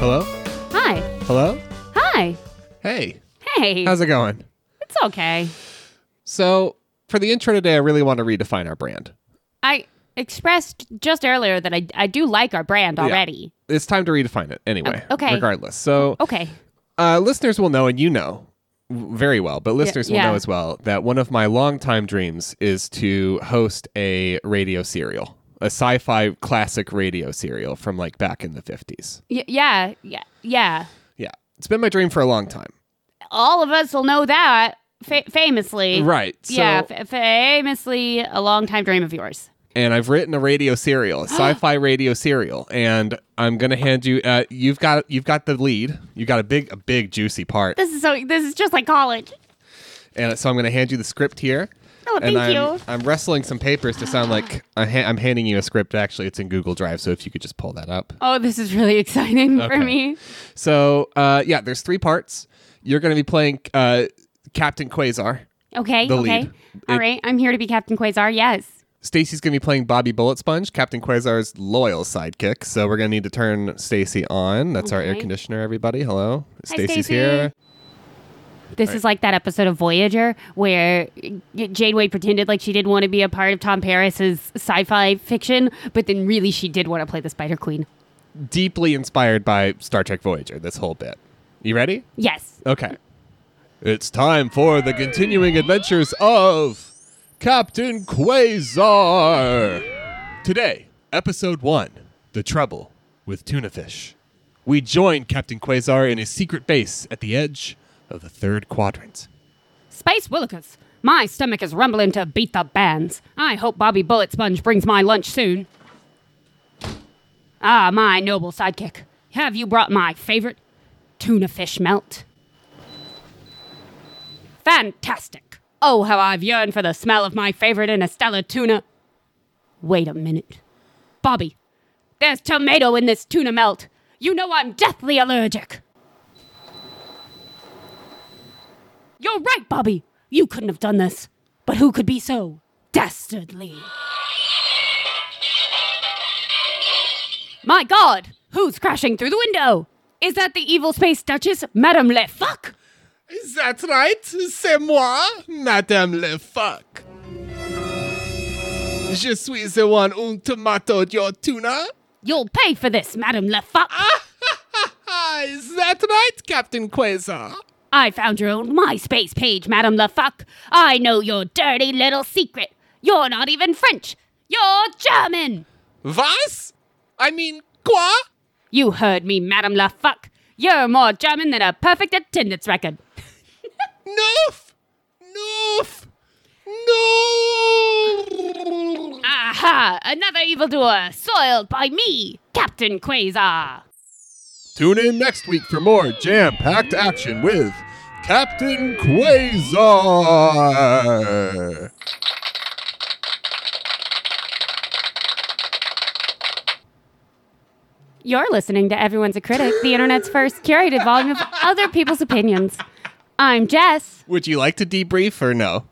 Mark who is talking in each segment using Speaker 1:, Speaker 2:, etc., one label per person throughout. Speaker 1: Hello?
Speaker 2: Hi.
Speaker 1: Hello?
Speaker 2: Hi.
Speaker 1: Hey,
Speaker 2: Hey.
Speaker 1: how's it going?
Speaker 2: it's okay.
Speaker 1: So, for the intro today, I really want to redefine our brand.
Speaker 2: I expressed just earlier that I, I do like our brand already.
Speaker 1: It's time to redefine it anyway,
Speaker 2: Oh, okay.
Speaker 1: regardless. So,
Speaker 2: Okay.
Speaker 1: uh, listeners will know, and you know w- very well, but listeners will
Speaker 2: yeah.
Speaker 1: know as well that one of my longtime dreams is to host a radio serial, a sci fi classic radio serial from like back in the 50s.
Speaker 2: Y- yeah. Yeah. Yeah.
Speaker 1: Yeah, it's been my dream for a long time.
Speaker 2: All of us will know that fa- famously.
Speaker 1: Right. So,
Speaker 2: yeah. Fa famously, a long time dream of yours.
Speaker 1: and I've written a radio serial, a sci-fi radio serial, and I'm gonna hand you. Uh, you've got you've got the lead. You got a big a big juicy part,
Speaker 2: This is so. This is just like college.
Speaker 1: and so I'm gonna hand you the script here.
Speaker 2: Oh,
Speaker 1: and I'm,
Speaker 2: thank you.
Speaker 1: I'm wrestling some papers to sound like I ha- I'm handing you a script. Actually, it's in Google Drive, so if you could just pull that up.
Speaker 2: Oh, this is really exciting for
Speaker 1: Okay.
Speaker 2: me.
Speaker 1: So uh, yeah, there's three parts. You're gonna be playing uh, Captain Quasar.
Speaker 2: Okay.
Speaker 1: The
Speaker 2: okay.
Speaker 1: lead.
Speaker 2: All
Speaker 1: It-
Speaker 2: right. I'm here to be Captain Quasar. Yes.
Speaker 1: Stacy's gonna be playing Bobby Bullet Sponge, Captain Quasar's loyal sidekick. So we're gonna need to turn Stacy on. That's our air
Speaker 2: Okay.
Speaker 1: conditioner, everybody. Hello,
Speaker 2: Hi,
Speaker 1: Stacy's
Speaker 2: Stacy.
Speaker 1: here.
Speaker 2: This is like that episode of Voyager where Janeway pretended like she didn't want to be a part of Tom Paris's sci-fi fiction, but then really she did want to play the Spider Queen.
Speaker 1: Deeply inspired by Star Trek Voyager. This whole bit. You ready?
Speaker 2: Yes.
Speaker 1: Okay. It's time for the continuing adventures of Captain Quasar. Today, episode one The Trouble with Tuna Fish. We join Captain Quasar in his secret base at the edge of the third quadrant.
Speaker 2: Space Willikers. My stomach is rumbling to beat the bands. I hope Bobby Bullet Sponge brings my lunch soon. Ah, my noble sidekick. Have you brought my favorite? Tuna fish melt. Fantastic. Oh, how I've yearned for the smell of my favorite in a Stella tuna. Wait a minute. Bobby, there's tomato in this tuna melt. You know I'm deathly allergic. You're right, Bobby. You couldn't have done this. But who could be so dastardly? My god, who's crashing through the window? Is that the evil space duchess, Madame Le Fuck?
Speaker 1: Is that right? C'est moi, Madame Le Fuck. Je suis the one un tomato your tuna.
Speaker 2: You'll pay for this, Madame Le Fuck.
Speaker 1: Ah, is that right, Captain Quasar?
Speaker 2: I found your own MySpace page, Madame Le Fuck. I know your dirty little secret. You're not even French. You're German.
Speaker 1: Was? I mean, quoi?
Speaker 2: You heard me, Madame La Fuck. You're more German than a perfect attendance record.
Speaker 1: Noof! Noof! No!
Speaker 2: Aha! Another evildoer soiled by me, Captain Quasar.
Speaker 1: Tune in next week for more jam packed action with Captain Quasar!
Speaker 2: You're listening to Everyone's a Critic, the internet's first curated volume of other people's opinions. I'm Jess.
Speaker 1: Would you like to debrief or no?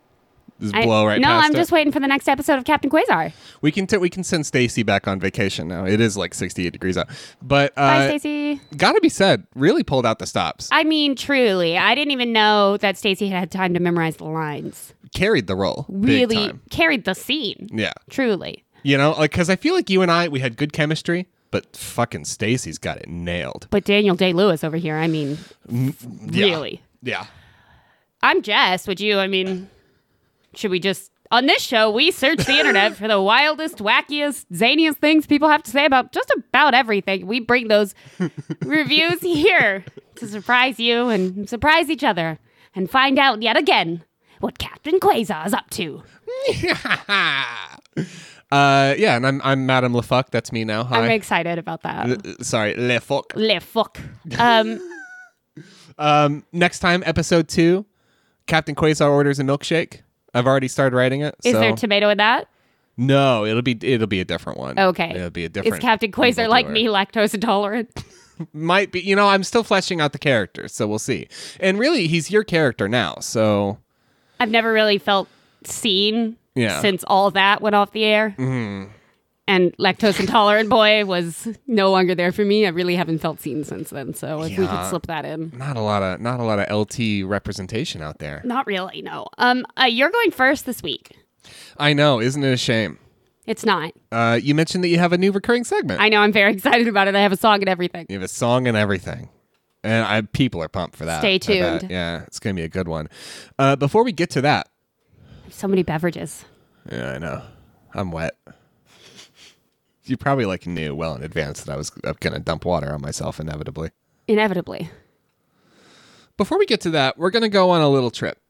Speaker 1: Just blow right
Speaker 2: no,
Speaker 1: past
Speaker 2: I'm
Speaker 1: it.
Speaker 2: just waiting for the next episode of Captain Quasar.
Speaker 1: we can t- we can send Stacy back on vacation now. It is like 68 degrees out, but uh,
Speaker 2: Bye, Uh, Stacey.
Speaker 1: gotta be said, really pulled out the stops,
Speaker 2: I mean, truly, I didn't even know that Stacey had had time to memorize the lines.
Speaker 1: carried the role, big
Speaker 2: Really
Speaker 1: time.
Speaker 2: carried the scene.
Speaker 1: yeah.
Speaker 2: Truly.
Speaker 1: You know, like because I feel like you and I we had good chemistry, but fucking Stacy's got it nailed.
Speaker 2: But Daniel Day Lewis over here, I mean,
Speaker 1: Yeah.
Speaker 2: really.
Speaker 1: Yeah.
Speaker 2: I'm Jess. Would you? I mean, should we just on this show we search the internet for the wildest, wackiest, zaniest things people have to say about just about everything. We bring those reviews here to surprise you and surprise each other and find out yet again what Captain Quasar is up to.
Speaker 1: uh, yeah, and I'm I'm Madame LeFuck. That's me now. Hi.
Speaker 2: I'm excited about that.
Speaker 1: Uh, Sorry, LeFuck.
Speaker 2: Le fuck. Um,
Speaker 1: Um, next time, episode two, Captain Quasar orders a milkshake. I've already started writing it.
Speaker 2: Is
Speaker 1: so.
Speaker 2: there tomato in that?
Speaker 1: no? It'll be it'll be a different one.
Speaker 2: Okay.
Speaker 1: it'll be a different.
Speaker 2: Is Captain Quasar like me, lactose intolerant?
Speaker 1: Might be. You know, I'm still fleshing out the character, so we'll see. And really, he's your character now, so
Speaker 2: I've never really felt seen
Speaker 1: Yeah. Mm-hmm.
Speaker 2: since all that went off the air. And lactose intolerant boy was no longer there for me. I really haven't felt seen since then. So if we
Speaker 1: Yeah.
Speaker 2: could slip that in.
Speaker 1: not a lot of not a lot of LT representation out there.
Speaker 2: Not really, no. Um, uh, you're going first this week.
Speaker 1: I know, isn't it a shame?
Speaker 2: It's not.
Speaker 1: Uh, you mentioned that you have a new recurring segment.
Speaker 2: I know I'm very excited about it. I have a song and everything.
Speaker 1: You have a song and everything. And I people are pumped for that.
Speaker 2: Stay
Speaker 1: I bet.
Speaker 2: tuned.
Speaker 1: Yeah, it's going to be a good one. Uh, before we get to that,
Speaker 2: So many beverages.
Speaker 1: yeah, I know. I'm wet. You probably like knew well in advance that I was going to dump water on myself inevitably.
Speaker 2: Inevitably.
Speaker 1: Before we get to that, we're going to go on a little trip.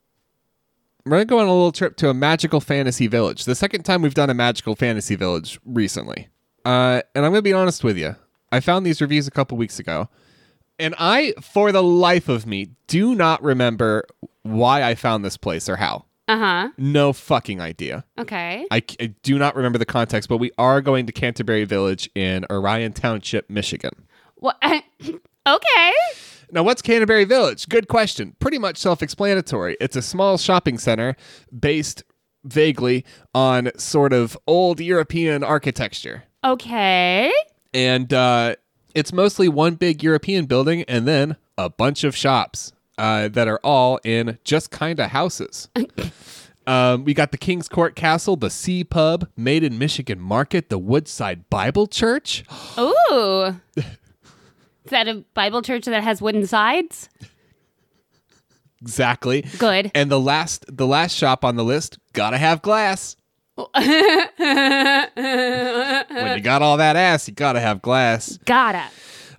Speaker 1: We're going to go on a little trip to a magical fantasy village. The second time we've done a magical fantasy village recently. Uh, and I'm going to be honest with you. I found these reviews a couple weeks ago. And I, for the life of me, do not remember why I found this place or how.
Speaker 2: Uh huh.
Speaker 1: No fucking idea.
Speaker 2: Okay.
Speaker 1: I, c- I do not remember the context, but we are going to Canterbury Village in Orion Township, Michigan.
Speaker 2: Well, okay.
Speaker 1: Now, what's Canterbury Village? Good question. Pretty much self explanatory. It's a small shopping center based vaguely on sort of old European architecture.
Speaker 2: Okay.
Speaker 1: And uh, it's mostly one big European building and then a bunch of shops uh, that are all in just kind of houses. Um, we got the King's Court Castle, the Sea Pub, Made in Michigan Market, the Woodside Bible Church.
Speaker 2: Ooh. Is that a Bible church that has wooden sides?
Speaker 1: Exactly.
Speaker 2: Good.
Speaker 1: And the last, the last shop on the list, gotta have glass. when you got all that ass, you gotta have glass.
Speaker 2: Gotta.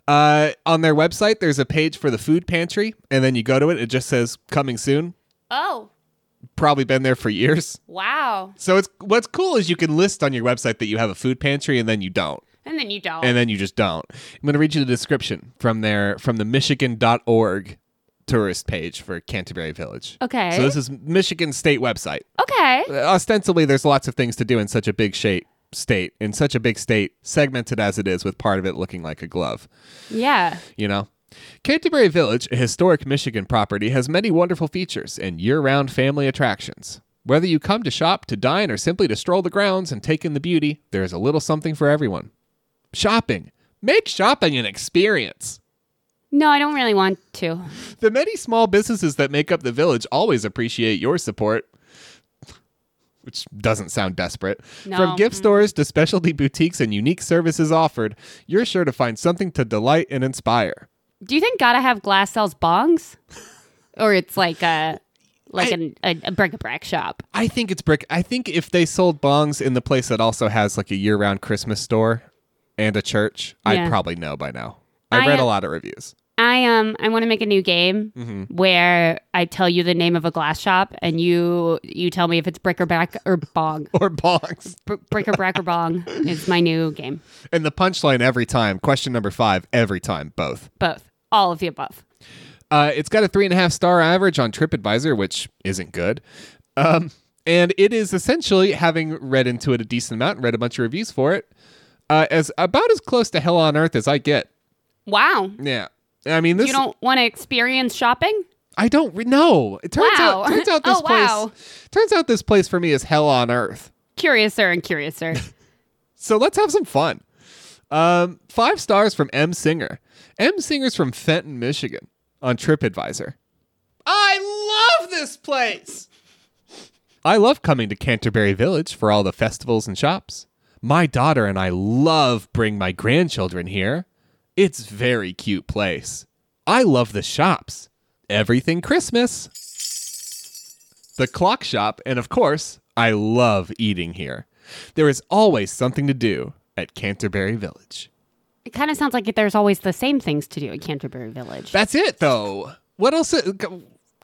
Speaker 1: Uh, on their website, there's a page for the food pantry, and then you go to it. It just says "coming soon."
Speaker 2: Oh,
Speaker 1: Probably been there for years.
Speaker 2: wow.
Speaker 1: So it's what's cool is you can list on your website that you have a food pantry, and then you don't,
Speaker 2: And then you don't.
Speaker 1: and then you just don't. I'm gonna read you the description from their from the Michigan.org tourist page for Canterbury Village.
Speaker 2: okay.
Speaker 1: So this is Michigan State website.
Speaker 2: okay.
Speaker 1: ostensibly there's lots of things to do in such a big shape state in such a big state segmented as it is with part of it looking like a glove
Speaker 2: Yeah.
Speaker 1: you know canterbury village a historic michigan property has many wonderful features and year-round family attractions whether you come to shop to dine or simply to stroll the grounds and take in the beauty there is a little something for everyone shopping make shopping an experience
Speaker 2: No, I don't really want to.
Speaker 1: the many small businesses that make up the village always appreciate your support. Which doesn't sound desperate.
Speaker 2: No.
Speaker 1: From gift stores to specialty boutiques and unique services offered, you're sure to find something to delight and inspire.
Speaker 2: Do you think Gotta Have Glass sells bongs? or it's like a like
Speaker 1: I-
Speaker 2: an, a, a bric-a-brac shop.
Speaker 1: I think it's brick. I think if they sold bongs in the place that also has like a year round Christmas store and a church, I'd
Speaker 2: Yeah.
Speaker 1: probably know by now.
Speaker 2: I
Speaker 1: I read a
Speaker 2: am-
Speaker 1: lot of reviews.
Speaker 2: I um I want to make a new game
Speaker 1: Mm-hmm.
Speaker 2: where I tell you the name of a glass shop and you you tell me if it's bric-a-brac or bong.
Speaker 1: Or bongs.
Speaker 2: Br- bric-a-brac or bong is my new game.
Speaker 1: And the punchline every time, question number five, every time, both.
Speaker 2: Both, all of the above.
Speaker 1: Uh, it's got a three and a half star average on TripAdvisor, which isn't good. Um, and it is essentially, having read into it a decent amount and read a bunch of reviews for it, uh, as about as close to hell on earth as I get.
Speaker 2: Wow.
Speaker 1: Yeah. I mean, this.
Speaker 2: You don't want to experience shopping?
Speaker 1: I don't re- know. It turns
Speaker 2: Wow.
Speaker 1: out. Turns out this
Speaker 2: Oh, wow.
Speaker 1: place. Turns out this place for me is hell on earth.
Speaker 2: Curiouser and curiouser.
Speaker 1: So let's have some fun. Um, five stars from M Singer. M Singer's from Fenton, Michigan, on TripAdvisor. I love this place. I love coming to Canterbury Village for all the festivals and shops. My daughter and I love bring my grandchildren here. It's very cute place. I love the shops. Everything Christmas. The clock shop, and of course, I love eating here. There is always something to do at Canterbury Village.
Speaker 2: it kind of sounds like there's always the same things to do at Canterbury Village.
Speaker 1: That's it though. What else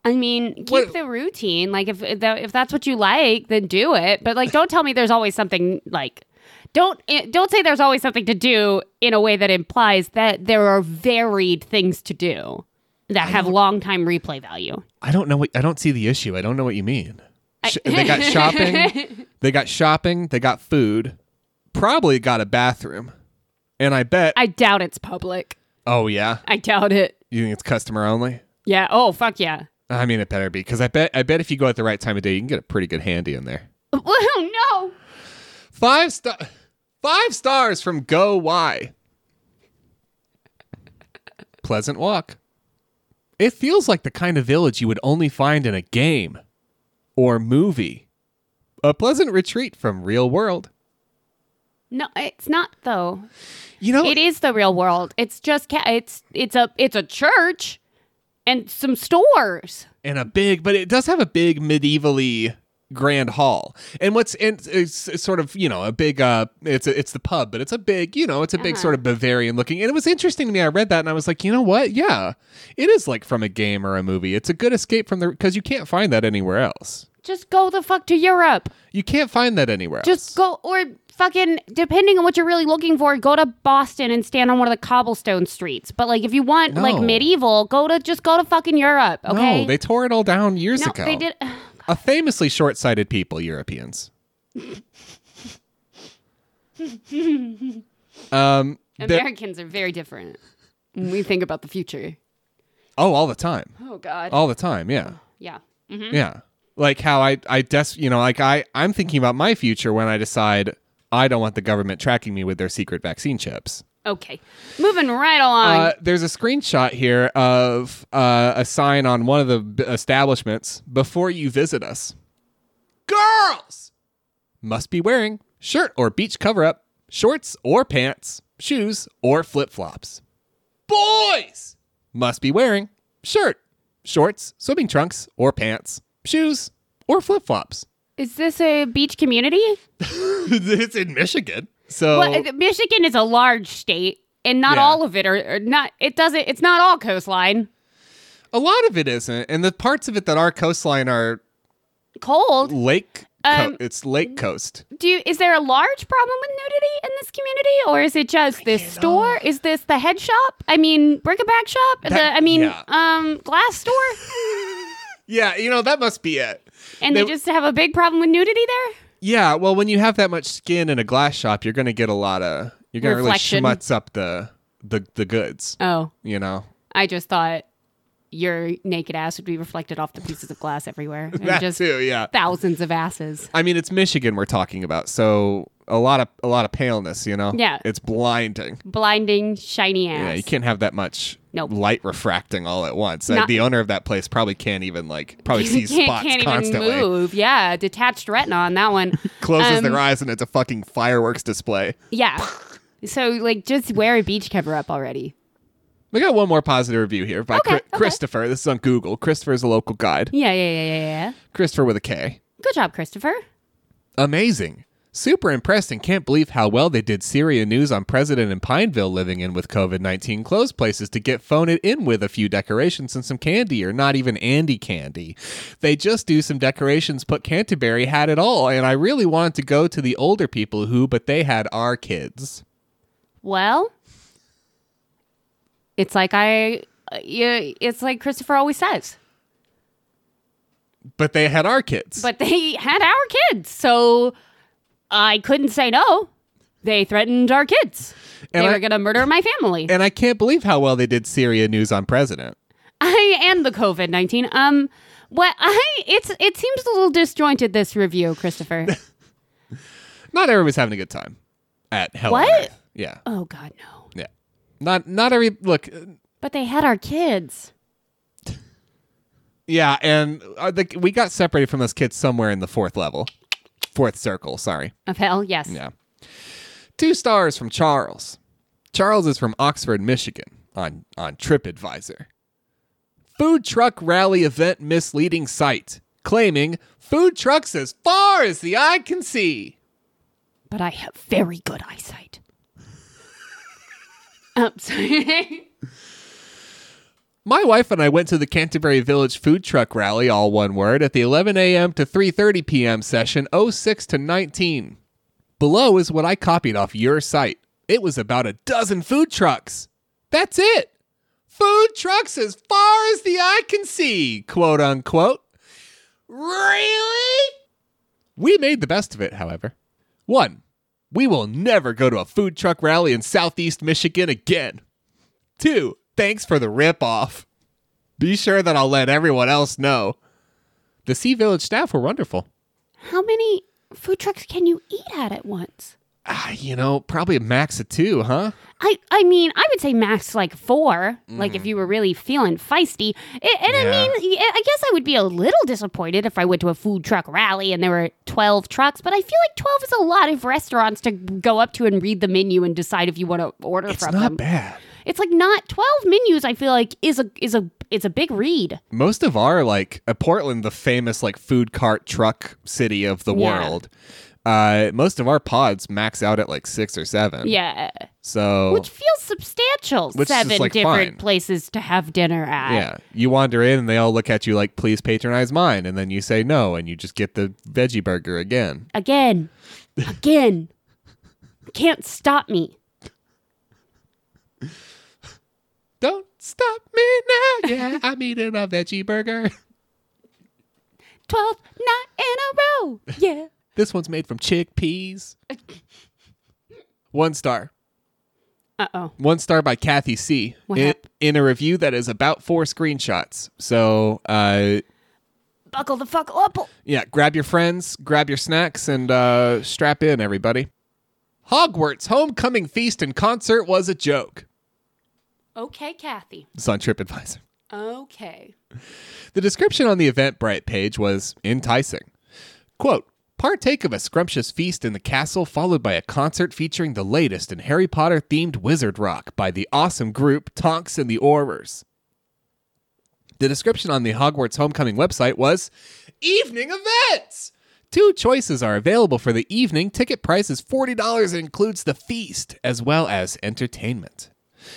Speaker 2: I mean, keep
Speaker 1: What-
Speaker 2: the routine. Like if if that- if that's what you like, then do it. But like, don't tell me there's always something like. Don't eh, don't say there's always something to do in a way that implies that there are varied things to do. that have long time replay value.
Speaker 1: I don't know what I don't see the issue. I don't know what you mean. Sh- they got shopping. They got shopping. They got food. Probably got a bathroom. And I bet.
Speaker 2: I doubt it's public.
Speaker 1: oh yeah,
Speaker 2: I doubt it.
Speaker 1: you think it's customer only?
Speaker 2: Yeah. Oh fuck yeah.
Speaker 1: I mean, it better be because I bet. I bet if you go at the right time of day, you can get a pretty good handy in there.
Speaker 2: Oh no.
Speaker 1: Five star. Five stars from Go Y. Pleasant walk. It feels like the kind of village you would only find in a game or movie. A pleasant retreat from real world.
Speaker 2: No, it's not though.
Speaker 1: You know,
Speaker 2: It is the real world. It's just ca- it's it's a it's a church and some stores.
Speaker 1: and a big, but it does have a big medievally grand hall. And what's and it's, it's sort of you know a big uh it's a, it's the pub, but it's a big you know it's a
Speaker 2: Uh-huh.
Speaker 1: big sort of Bavarian looking. And it was interesting to me. I read that and I was like, you know what? Yeah, it is like from a game or a movie. It's a good escape from the because you can't find that anywhere else.
Speaker 2: Just go the fuck to Europe.
Speaker 1: You can't find that anywhere else.
Speaker 2: Just go or fucking depending on what you're really looking for, go to Boston and stand on one of the cobblestone streets. But like if you want like
Speaker 1: No.
Speaker 2: medieval, go to just go to fucking Europe, okay?
Speaker 1: No, they tore it all down years
Speaker 2: No,
Speaker 1: ago.
Speaker 2: they did
Speaker 1: A famously short-sighted people, Europeans. um, there-
Speaker 2: Americans are very different. When we think about the future.
Speaker 1: oh, all the time,
Speaker 2: Oh god.
Speaker 1: all the time, yeah.
Speaker 2: Yeah.
Speaker 1: Yeah. Like how I I des- you know, like I I'm thinking about my future when I decide I don't want the government tracking me with their secret vaccine chips.
Speaker 2: Okay. Moving right along.
Speaker 1: Uh, there's a screenshot here of uh, a sign on one of the b- establishments before you visit us. Girls must be wearing shirt or beach cover up, shorts or pants, shoes or flip flops. Boys must be wearing shirt, shorts, swimming trunks or pants, shoes or flip flops.
Speaker 2: Is this a beach community?
Speaker 1: it's in Michigan. So
Speaker 2: Well, uh, Michigan is a large state, and not
Speaker 1: Yeah.
Speaker 2: all of it are, are not. It doesn't. It's not all coastline.
Speaker 1: a lot of it isn't. And the parts of it that are coastline are
Speaker 2: Cold.
Speaker 1: lake.
Speaker 2: Um,
Speaker 1: co- it's lake coast.
Speaker 2: Do you, is there a large problem with nudity in this community, or is it just this store? Is this the head shop? I mean, bric-a-brac shop.
Speaker 1: That-
Speaker 2: the, I mean,
Speaker 1: yeah.
Speaker 2: um, glass store.
Speaker 1: Yeah, you know, that must be it.
Speaker 2: And they,
Speaker 1: They-
Speaker 2: just have a big problem with nudity there.
Speaker 1: Yeah, well, when you have that much skin in a glass shop, you're going to get a lot of you're going to really
Speaker 2: Reflection.
Speaker 1: schmutz up the the the goods,
Speaker 2: Oh,
Speaker 1: you know.
Speaker 2: I just thought your naked ass would be reflected off the pieces of glass everywhere, and
Speaker 1: That
Speaker 2: just
Speaker 1: too, yeah.
Speaker 2: thousands of asses.
Speaker 1: I mean, it's Michigan we're talking about, so a lot of a lot of paleness, you know.
Speaker 2: Yeah.
Speaker 1: It's blinding.
Speaker 2: Blinding, shiny ass.
Speaker 1: Yeah, you can't have that much
Speaker 2: Nope.
Speaker 1: light refracting all at once.
Speaker 2: Not-
Speaker 1: Like, the owner of that place probably can't even like probably sees
Speaker 2: can't,
Speaker 1: spots
Speaker 2: can't
Speaker 1: constantly.
Speaker 2: even move. Yeah, detached retina on that one.
Speaker 1: Closes
Speaker 2: Um,
Speaker 1: their eyes and it's a fucking fireworks display.
Speaker 2: Yeah. So like, just wear a beach cover up already.
Speaker 1: We got one more positive review here by
Speaker 2: Okay,
Speaker 1: Chri-
Speaker 2: okay.
Speaker 1: Christopher. This is on Google. Christopher is a local guide.
Speaker 2: Yeah, yeah, yeah, yeah, yeah.
Speaker 1: Christopher with a K.
Speaker 2: Good job, Christopher.
Speaker 1: Amazing. Super impressed and can't believe how well they did Syria news on President and Pineville living in with COVID 19 closed places to get phone it in with a few decorations and some candy, or not even Andy candy. They just do some decorations, but Canterbury had it all, and I really wanted to go to the older people who, but they had our kids.
Speaker 2: Well, it's like I, uh, yeah, it's like Christopher always says,
Speaker 1: But they had our kids.
Speaker 2: but they had our kids, so I couldn't say no. They threatened our kids.
Speaker 1: And
Speaker 2: they
Speaker 1: I-
Speaker 2: were gonna murder my family.
Speaker 1: and I can't believe how well they did Syria news on President.
Speaker 2: I and the COVID nineteen. Um, what I it's it seems a little disjointed this review, Christopher.
Speaker 1: Not everybody's having a good time at Hell. on
Speaker 2: What?
Speaker 1: Earth. Yeah.
Speaker 2: oh God, no!
Speaker 1: Yeah. Not not every look.
Speaker 2: But they had our kids.
Speaker 1: Yeah, and uh, the, we got separated from those kids somewhere in the fourth level, fourth circle. Sorry.
Speaker 2: Of hell, Uh, yes.
Speaker 1: Yeah. Two stars from Charles. Charles is from Oxford, Michigan, on on TripAdvisor. Food truck rally event misleading site claiming food trucks as far as the eye can see.
Speaker 2: But I have very good eyesight. um, sorry.
Speaker 1: My wife and I went to the Canterbury Village food truck rally, all one word, at the 11 a.m. to 3:30 p.m. session, 06 to 19. Below is what I copied off your site. It was about a dozen food trucks. That's it. food trucks as far as the eye can see, quote unquote. Really? We made the best of it, however. One, we will never go to a food truck rally in southeast Michigan again. Two, thanks for the ripoff. Be sure that I'll let everyone else know. The Sea Village staff were wonderful.
Speaker 2: How many food trucks can you eat at at once?
Speaker 1: Ah, you know, probably a max of two, huh?
Speaker 2: I, I mean, I would say max like four, like if you were really feeling feisty. A- and
Speaker 1: Mm-hmm. Yeah.
Speaker 2: I mean, y- I guess I would be a little disappointed if I went to a food truck rally and there were 12 trucks, but I feel like 12 is a lot of restaurants to go up to and read the menu and decide if you want to order
Speaker 1: It's
Speaker 2: from
Speaker 1: not
Speaker 2: them.
Speaker 1: bad.
Speaker 2: It's like not 12 menus, I feel like is a is a it's a big read.
Speaker 1: Most of our like uh, Portland, the famous like food cart truck city of the
Speaker 2: Yeah.
Speaker 1: world. Uh, most of our pods max out at like six or seven.
Speaker 2: Yeah.
Speaker 1: So
Speaker 2: Which feels substantial.
Speaker 1: Which is,
Speaker 2: Seven
Speaker 1: like,
Speaker 2: different
Speaker 1: fine.
Speaker 2: places to have dinner at.
Speaker 1: yeah, you wander in and they all look at you like, "Please patronize mine," and then you say no, and you just get the veggie burger again.
Speaker 2: Again. Again. Can't stop me.
Speaker 1: Don't stop me now. Yeah, I'm eating a veggie burger.
Speaker 2: 12th night in a row. Yeah.
Speaker 1: This one's made from chickpeas. One star.
Speaker 2: Uh oh.
Speaker 1: One star by Kathy C.
Speaker 2: What
Speaker 1: in,
Speaker 2: hap-
Speaker 1: in a review that is about four screenshots. So, uh,
Speaker 2: Buckle the fuck up.
Speaker 1: yeah, grab your friends, grab your snacks, and uh, strap in, everybody. Hogwarts homecoming feast and concert was a joke.
Speaker 2: Okay, Kathy.
Speaker 1: It's on TripAdvisor.
Speaker 2: Okay.
Speaker 1: The description on the Eventbrite page was enticing. Quote, Partake of a scrumptious feast in the castle, followed by a concert featuring the latest in Harry Potter themed wizard rock by the awesome group Tonks and the Aurors. The description on the Hogwarts Homecoming website was Evening Events! Two choices are available for the evening. Ticket price is $40 and includes the feast as well as entertainment.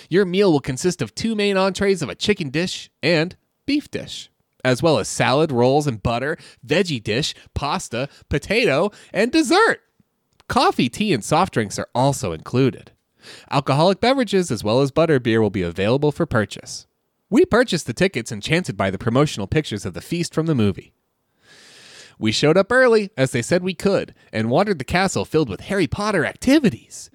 Speaker 1: Your meal will consist of two main entrees of a chicken dish and beef dish, as well as salad, rolls and butter, veggie dish, pasta, potato, and dessert. Coffee, tea, and soft drinks are also included. Alcoholic beverages as well as butter beer will be available for purchase. We purchased the tickets enchanted by the promotional pictures of the feast from the movie. We showed up early, as they said we could, and wandered the castle filled with Harry Potter activities,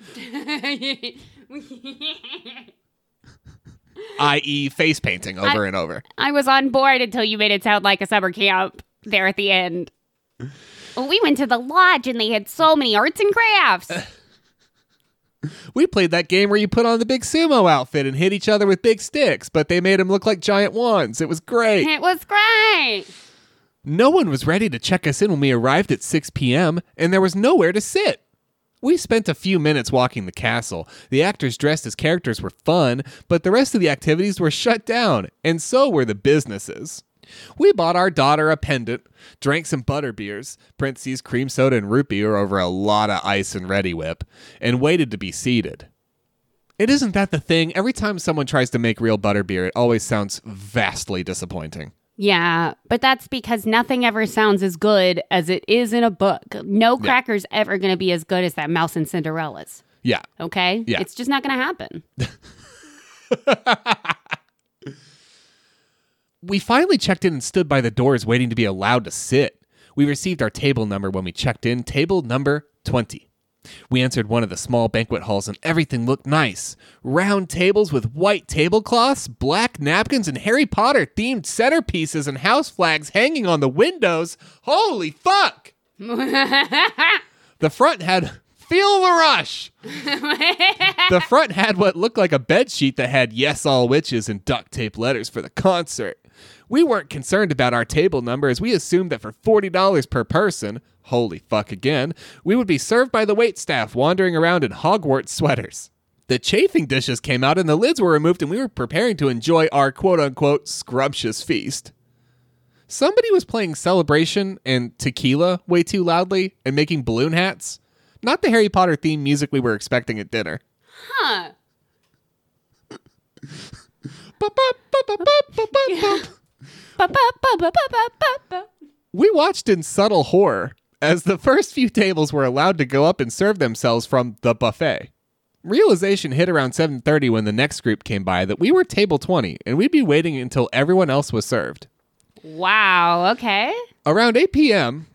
Speaker 1: i.e., face painting over and over.
Speaker 2: I was on board until you made it sound like a summer camp there at the end. We went to the lodge and they had so many arts and crafts.
Speaker 1: We played that game where you put on the big sumo outfit and hit each other with big sticks, but they made them look like giant wands. It was great.
Speaker 2: it was great.
Speaker 1: No one was ready to check us in when we arrived at 6 p.m., and there was nowhere to sit. We spent a few minutes walking the castle. The actors dressed as characters were fun, but the rest of the activities were shut down, and so were the businesses. We bought our daughter a pendant, drank some butter beers, parentheses, cream soda and root beer over a lot of ice and ready whip, and waited to be seated. It isn't that the thing. Every time someone tries to make real butter beer, it always sounds vastly disappointing.
Speaker 2: Yeah, but that's because nothing ever sounds as good as it is in a book. No cracker's ever going to be as good as that Mouse and Cinderella's.
Speaker 1: Yeah,
Speaker 2: Okay?
Speaker 1: Yeah.
Speaker 2: It's just not going to happen.
Speaker 1: We finally checked in and stood by the doors waiting to be allowed to sit. We received our table number when we checked in, table number 20. We entered one of the small banquet halls and everything looked nice. Round tables with white tablecloths, black napkins, and Harry Potter themed centerpieces and house flags hanging on the windows. Holy fuck! The front had feel the rush. the front had what looked like a bed sheet that had yes all witches and duct tape letters for the concert. We weren't concerned about our table number as we assumed that for $40 per person, holy fuck again, we would be served by the wait staff wandering around in Hogwarts sweaters. The chafing dishes came out and the lids were removed and we were preparing to enjoy our quote unquote scrumptious feast. Somebody was playing Celebration and Tequila way too loudly and making balloon hats. Not the Harry Potter theme music we were expecting at dinner.
Speaker 2: Huh.
Speaker 1: Bop, bop, bop, bop, bop, bop, bop, bop.
Speaker 2: Ba, ba, ba, ba, ba, ba, ba, ba.
Speaker 1: We watched in subtle horror as the first few tables were allowed to go up and serve themselves from the buffet. Realization hit around 7:30 when the next group came by that we were table 20 and we'd be waiting until everyone else was served.
Speaker 2: Wow. Okay.
Speaker 1: Around 8 p.m.,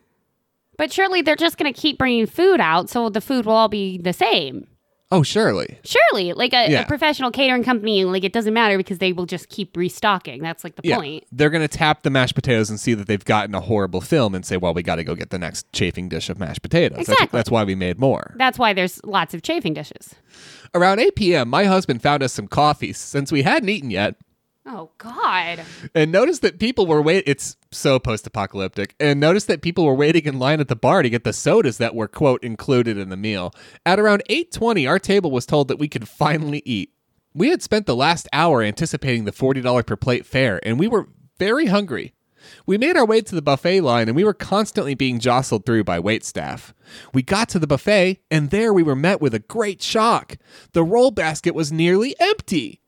Speaker 2: But surely they're just going to keep bringing food out, so the food will all be the same.
Speaker 1: oh surely.
Speaker 2: Surely, like a,
Speaker 1: Yeah.
Speaker 2: a professional catering company, like it doesn't matter because they will just keep restocking. That's like the
Speaker 1: Yeah.
Speaker 2: point.
Speaker 1: They're going to tap the mashed potatoes and see that they've gotten a horrible film and say, "Well, we got to go get the next chafing dish of mashed potatoes." That's,
Speaker 2: Exactly.
Speaker 1: that's why we made more.
Speaker 2: That's why there's lots of chafing dishes.
Speaker 1: Around 8 p.m., my husband found us some coffee since we hadn't eaten yet
Speaker 2: Oh God.
Speaker 1: and noticed that people were wait it's so post-apocalyptic and noticed that people were waiting in line at the bar to get the sodas that were quote included in the meal. At around 8:20, our table was told that we could finally eat. We had spent the last hour anticipating the $40 per plate fare and we were very hungry. We made our way to the buffet line and we were constantly being jostled through by wait staff. We got to the buffet and there we were met with a great shock. The roll basket was nearly empty.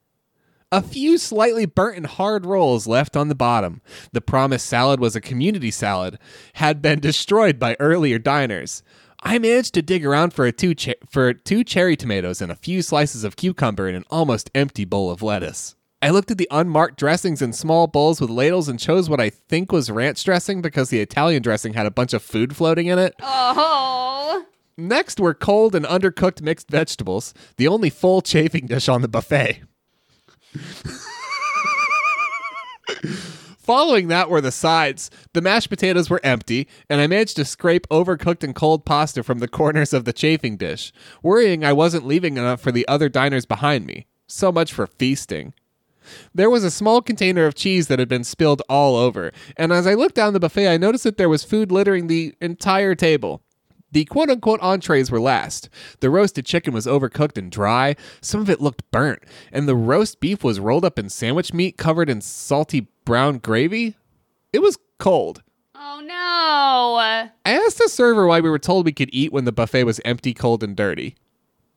Speaker 1: A few slightly burnt and hard rolls left on the bottom. The promised salad was a community salad, had been destroyed by earlier diners. I managed to dig around for a two che- for two cherry tomatoes and a few slices of cucumber in an almost empty bowl of lettuce. I looked at the unmarked dressings in small bowls with ladles and chose what I think was ranch dressing because the Italian dressing had a bunch of food floating in it.
Speaker 2: Oh.
Speaker 1: Next were cold and undercooked mixed vegetables, the only full chafing dish on the buffet. Following that were the sides. The mashed potatoes were empty, and I managed to scrape overcooked and cold pasta from the corners of the chafing dish, worrying I wasn't leaving enough for the other diners behind me. So much for feasting. There was a small container of cheese that had been spilled all over, and as I looked down the buffet, I noticed that there was food littering the entire table. The quote unquote entrees were last. The roasted chicken was overcooked and dry, some of it looked burnt, and the roast beef was rolled up in sandwich meat covered in salty brown gravy. It was cold.
Speaker 2: Oh no.
Speaker 1: I asked the server why we were told we could eat when the buffet was empty, cold, and dirty.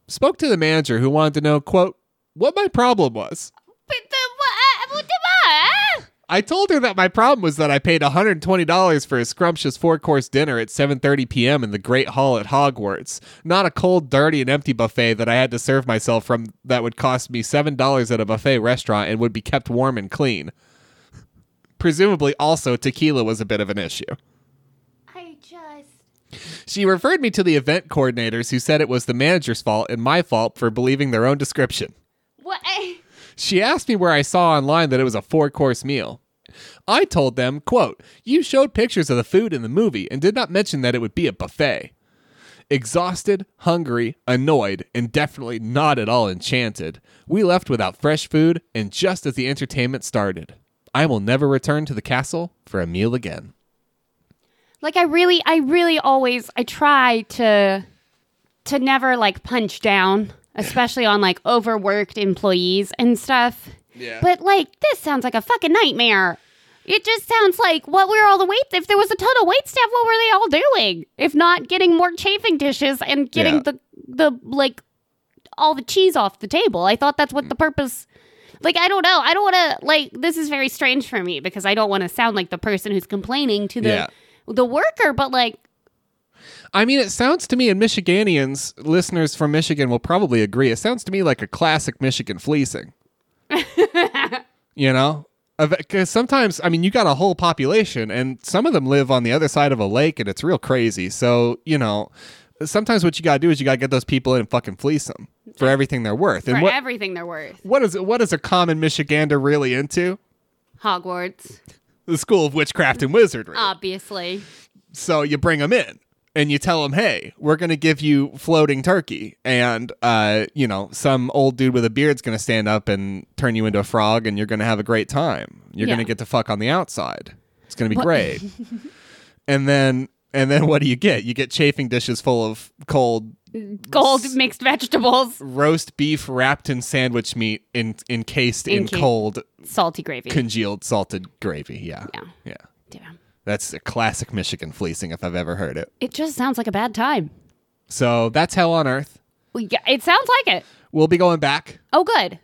Speaker 1: Spoke to the manager who wanted to know, quote, what my problem was.
Speaker 2: But the what? Uh, what the what?
Speaker 1: I told her that my problem was that I paid $120 for a scrumptious four-course dinner at 7:30 p.m. in the Great Hall at Hogwarts, not a cold, dirty, and empty buffet that I had to serve myself from that would cost me $7 at a buffet restaurant and would be kept warm and clean. Presumably also tequila was a bit of an issue.
Speaker 2: I just.
Speaker 1: She referred me to the event coordinators who said it was the manager's fault and my fault for believing their own description.
Speaker 2: What?
Speaker 1: She asked me where I saw online that it was a four course meal. I told them, quote, You showed pictures of the food in the movie and did not mention that it would be a buffet. Exhausted, hungry, annoyed, and definitely not at all enchanted, we left without fresh food and just as the entertainment started. I will never return to the castle for a meal again.
Speaker 2: Like I really, I really always, I try to, to never like punch down, especially on like overworked employees and stuff.
Speaker 1: Yeah.
Speaker 2: But like this sounds like a fucking nightmare. It just sounds like what were all the wait if there was a ton of wait staff, what were they all doing? If not getting more chafing dishes and getting
Speaker 1: Yeah.
Speaker 2: the the like all the cheese off the table. I thought that's
Speaker 1: Mm.
Speaker 2: what the purpose like I don't know. I don't want to like this is very strange for me because I don't want to sound like the person who's complaining to the
Speaker 1: Yeah.
Speaker 2: the worker, but like
Speaker 1: I mean, it sounds to me, and Michiganians, listeners from Michigan will probably agree, it sounds to me like a classic Michigan fleecing. you know? Because sometimes, I mean, you got a whole population, and some of them live on the other side of a lake, and it's real crazy. So, you know, sometimes what you got to do is you got to get those people in and fucking fleece them for everything they're worth. And
Speaker 2: for
Speaker 1: what,
Speaker 2: everything they're worth.
Speaker 1: what, is, what is a common Michigander really into?
Speaker 2: Hogwarts,
Speaker 1: The School of Witchcraft and
Speaker 2: Ah,
Speaker 1: Wizardry.
Speaker 2: obviously.
Speaker 1: So you bring them in and you tell them, hey, we're going to give you floating turkey. And, uh, you know, some old dude with a beard's going to stand up and turn you into a frog and you're going to have a great time. You're
Speaker 2: Yeah.
Speaker 1: going to get to fuck on the outside. It's going to be great. and then. And then what do you get? You get chafing dishes full of cold
Speaker 2: Gold mixed vegetables,
Speaker 1: roast beef wrapped in sandwich meat, in, encased in,
Speaker 2: Enca-
Speaker 1: cold
Speaker 2: salty gravy.
Speaker 1: congealed salted gravy. Yeah,
Speaker 2: Yeah.
Speaker 1: yeah.
Speaker 2: Damn.
Speaker 1: That's a classic Michigan fleecing if I've ever heard it.
Speaker 2: It just sounds like a bad time.
Speaker 1: So that's hell on earth.
Speaker 2: Well, yeah, it sounds like it.
Speaker 1: We'll be going back.
Speaker 2: Oh, good.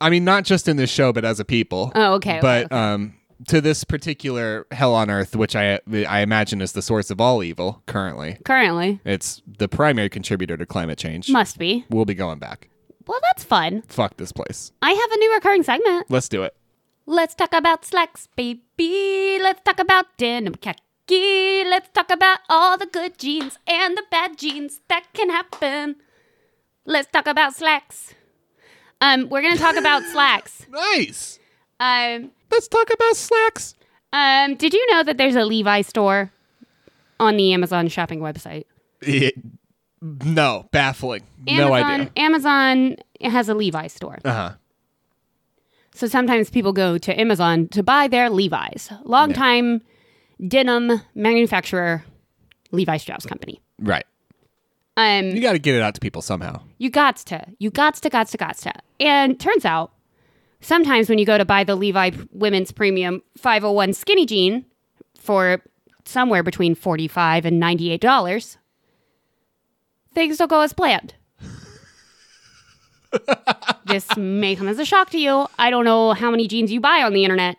Speaker 1: I mean, not just in this show, but as a people.
Speaker 2: Oh, okay, okay,
Speaker 1: But um, to this particular hell on earth, which I I imagine is the source of all evil currently.
Speaker 2: Currently,
Speaker 1: It's the primary contributor to climate change.
Speaker 2: must be.
Speaker 1: We'll be going back.
Speaker 2: Well, that's fun.
Speaker 1: Fuck this place.
Speaker 2: I have a new recurring segment.
Speaker 1: Let's do it.
Speaker 2: Let's talk about slacks, baby. Let's talk about denim khaki. Let's talk about all the good genes and the bad genes that can happen. Let's talk about slacks. Um, we're gonna talk about slacks.
Speaker 1: Nice.
Speaker 2: Um,
Speaker 1: Let's talk about slacks.
Speaker 2: um, did you know that there's a Levi store on the Amazon shopping website?
Speaker 1: Eh, no, baffling.
Speaker 2: Amazon,
Speaker 1: No idea.
Speaker 2: Amazon has a Levi store.
Speaker 1: Uh huh.
Speaker 2: So sometimes people go to Amazon to buy their Levi's. Longtime denim manufacturer, Levi Strauss Company.
Speaker 1: Right. You
Speaker 2: Um,
Speaker 1: got to get it out to people somehow.
Speaker 2: you gots to, you gots to, gots to, gots to. And turns out, sometimes when you go to buy the Levi p- Women's Premium 501 skinny jean for somewhere between 45 and $98, things don't go as planned. this may come as a shock to you. I don't know how many jeans you buy on the internet.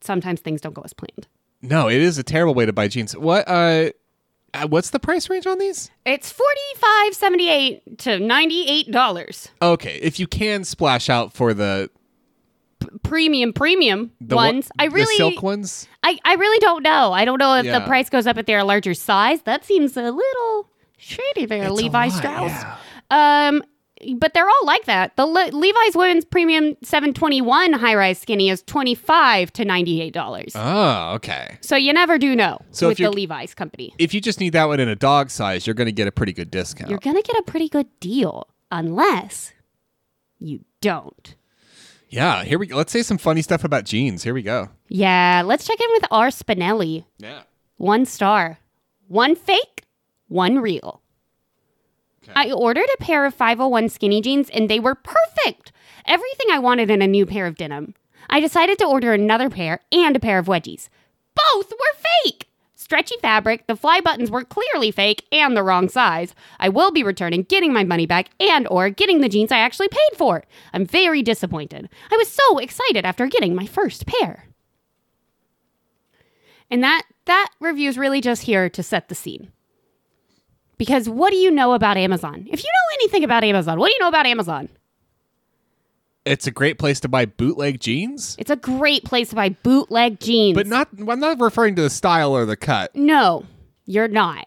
Speaker 2: Sometimes things don't go as planned.
Speaker 1: No, it is a terrible way to buy jeans. What? Uh, uh, what's the price range on these?
Speaker 2: It's forty-five seventy-eight to ninety-eight dollars.
Speaker 1: Okay, if you can splash out for the
Speaker 2: Premium, premium
Speaker 1: the one-
Speaker 2: ones. I really
Speaker 1: the silk ones.
Speaker 2: I, I really don't know. I don't know if
Speaker 1: Yeah.
Speaker 2: the price goes up if they're a larger size. That seems a little shady there,
Speaker 1: It's a
Speaker 2: Levi
Speaker 1: lot,
Speaker 2: Strauss.
Speaker 1: yeah.
Speaker 2: Um, but they're all like that. The Le- Levi's women's premium 721 high rise skinny is 25 to $98.
Speaker 1: Oh, okay.
Speaker 2: so you never do know
Speaker 1: So if
Speaker 2: with the
Speaker 1: you're-
Speaker 2: Levi's company.
Speaker 1: If you just need that one in a dog size, you're going to get a pretty good discount.
Speaker 2: You're going to get a pretty good deal unless you don't.
Speaker 1: yeah, here we go. Let's say some funny stuff about jeans. Here we go.
Speaker 2: Yeah, let's check in with R. Spinelli.
Speaker 1: Yeah.
Speaker 2: one star, one fake, one real. I ordered a pair of 501 skinny jeans and they were perfect. Everything I wanted in a new pair of denim. I decided to order another pair and a pair of wedgies. Both were fake. Stretchy fabric, the fly buttons were clearly fake and the wrong size. I will be returning, getting my money back, and or getting the jeans I actually paid for. I'm very disappointed. I was so excited after getting my first pair. And that that review is really just here to set the scene. Because what do you know about Amazon? If you know anything about Amazon, what do you know about Amazon?
Speaker 1: It's a great place to buy bootleg jeans,
Speaker 2: It's a great place to buy bootleg jeans.
Speaker 1: but not I'm not referring to the style or the cut.
Speaker 2: No, you're not.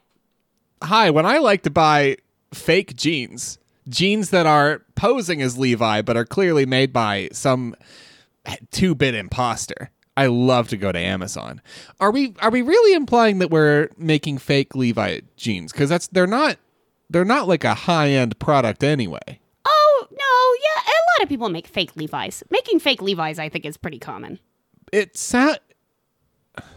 Speaker 1: Hi, when I like to buy fake jeans, jeans that are posing as Levi but are clearly made by some two-bit imposter. I love to go to Amazon. Are we are we really implying that we're making fake Levi jeans cuz that's they're not they're not like a high-end product anyway.
Speaker 2: Oh, no, yeah, a lot of people make fake Levi's. Making fake Levi's I think is pretty common.
Speaker 1: It sound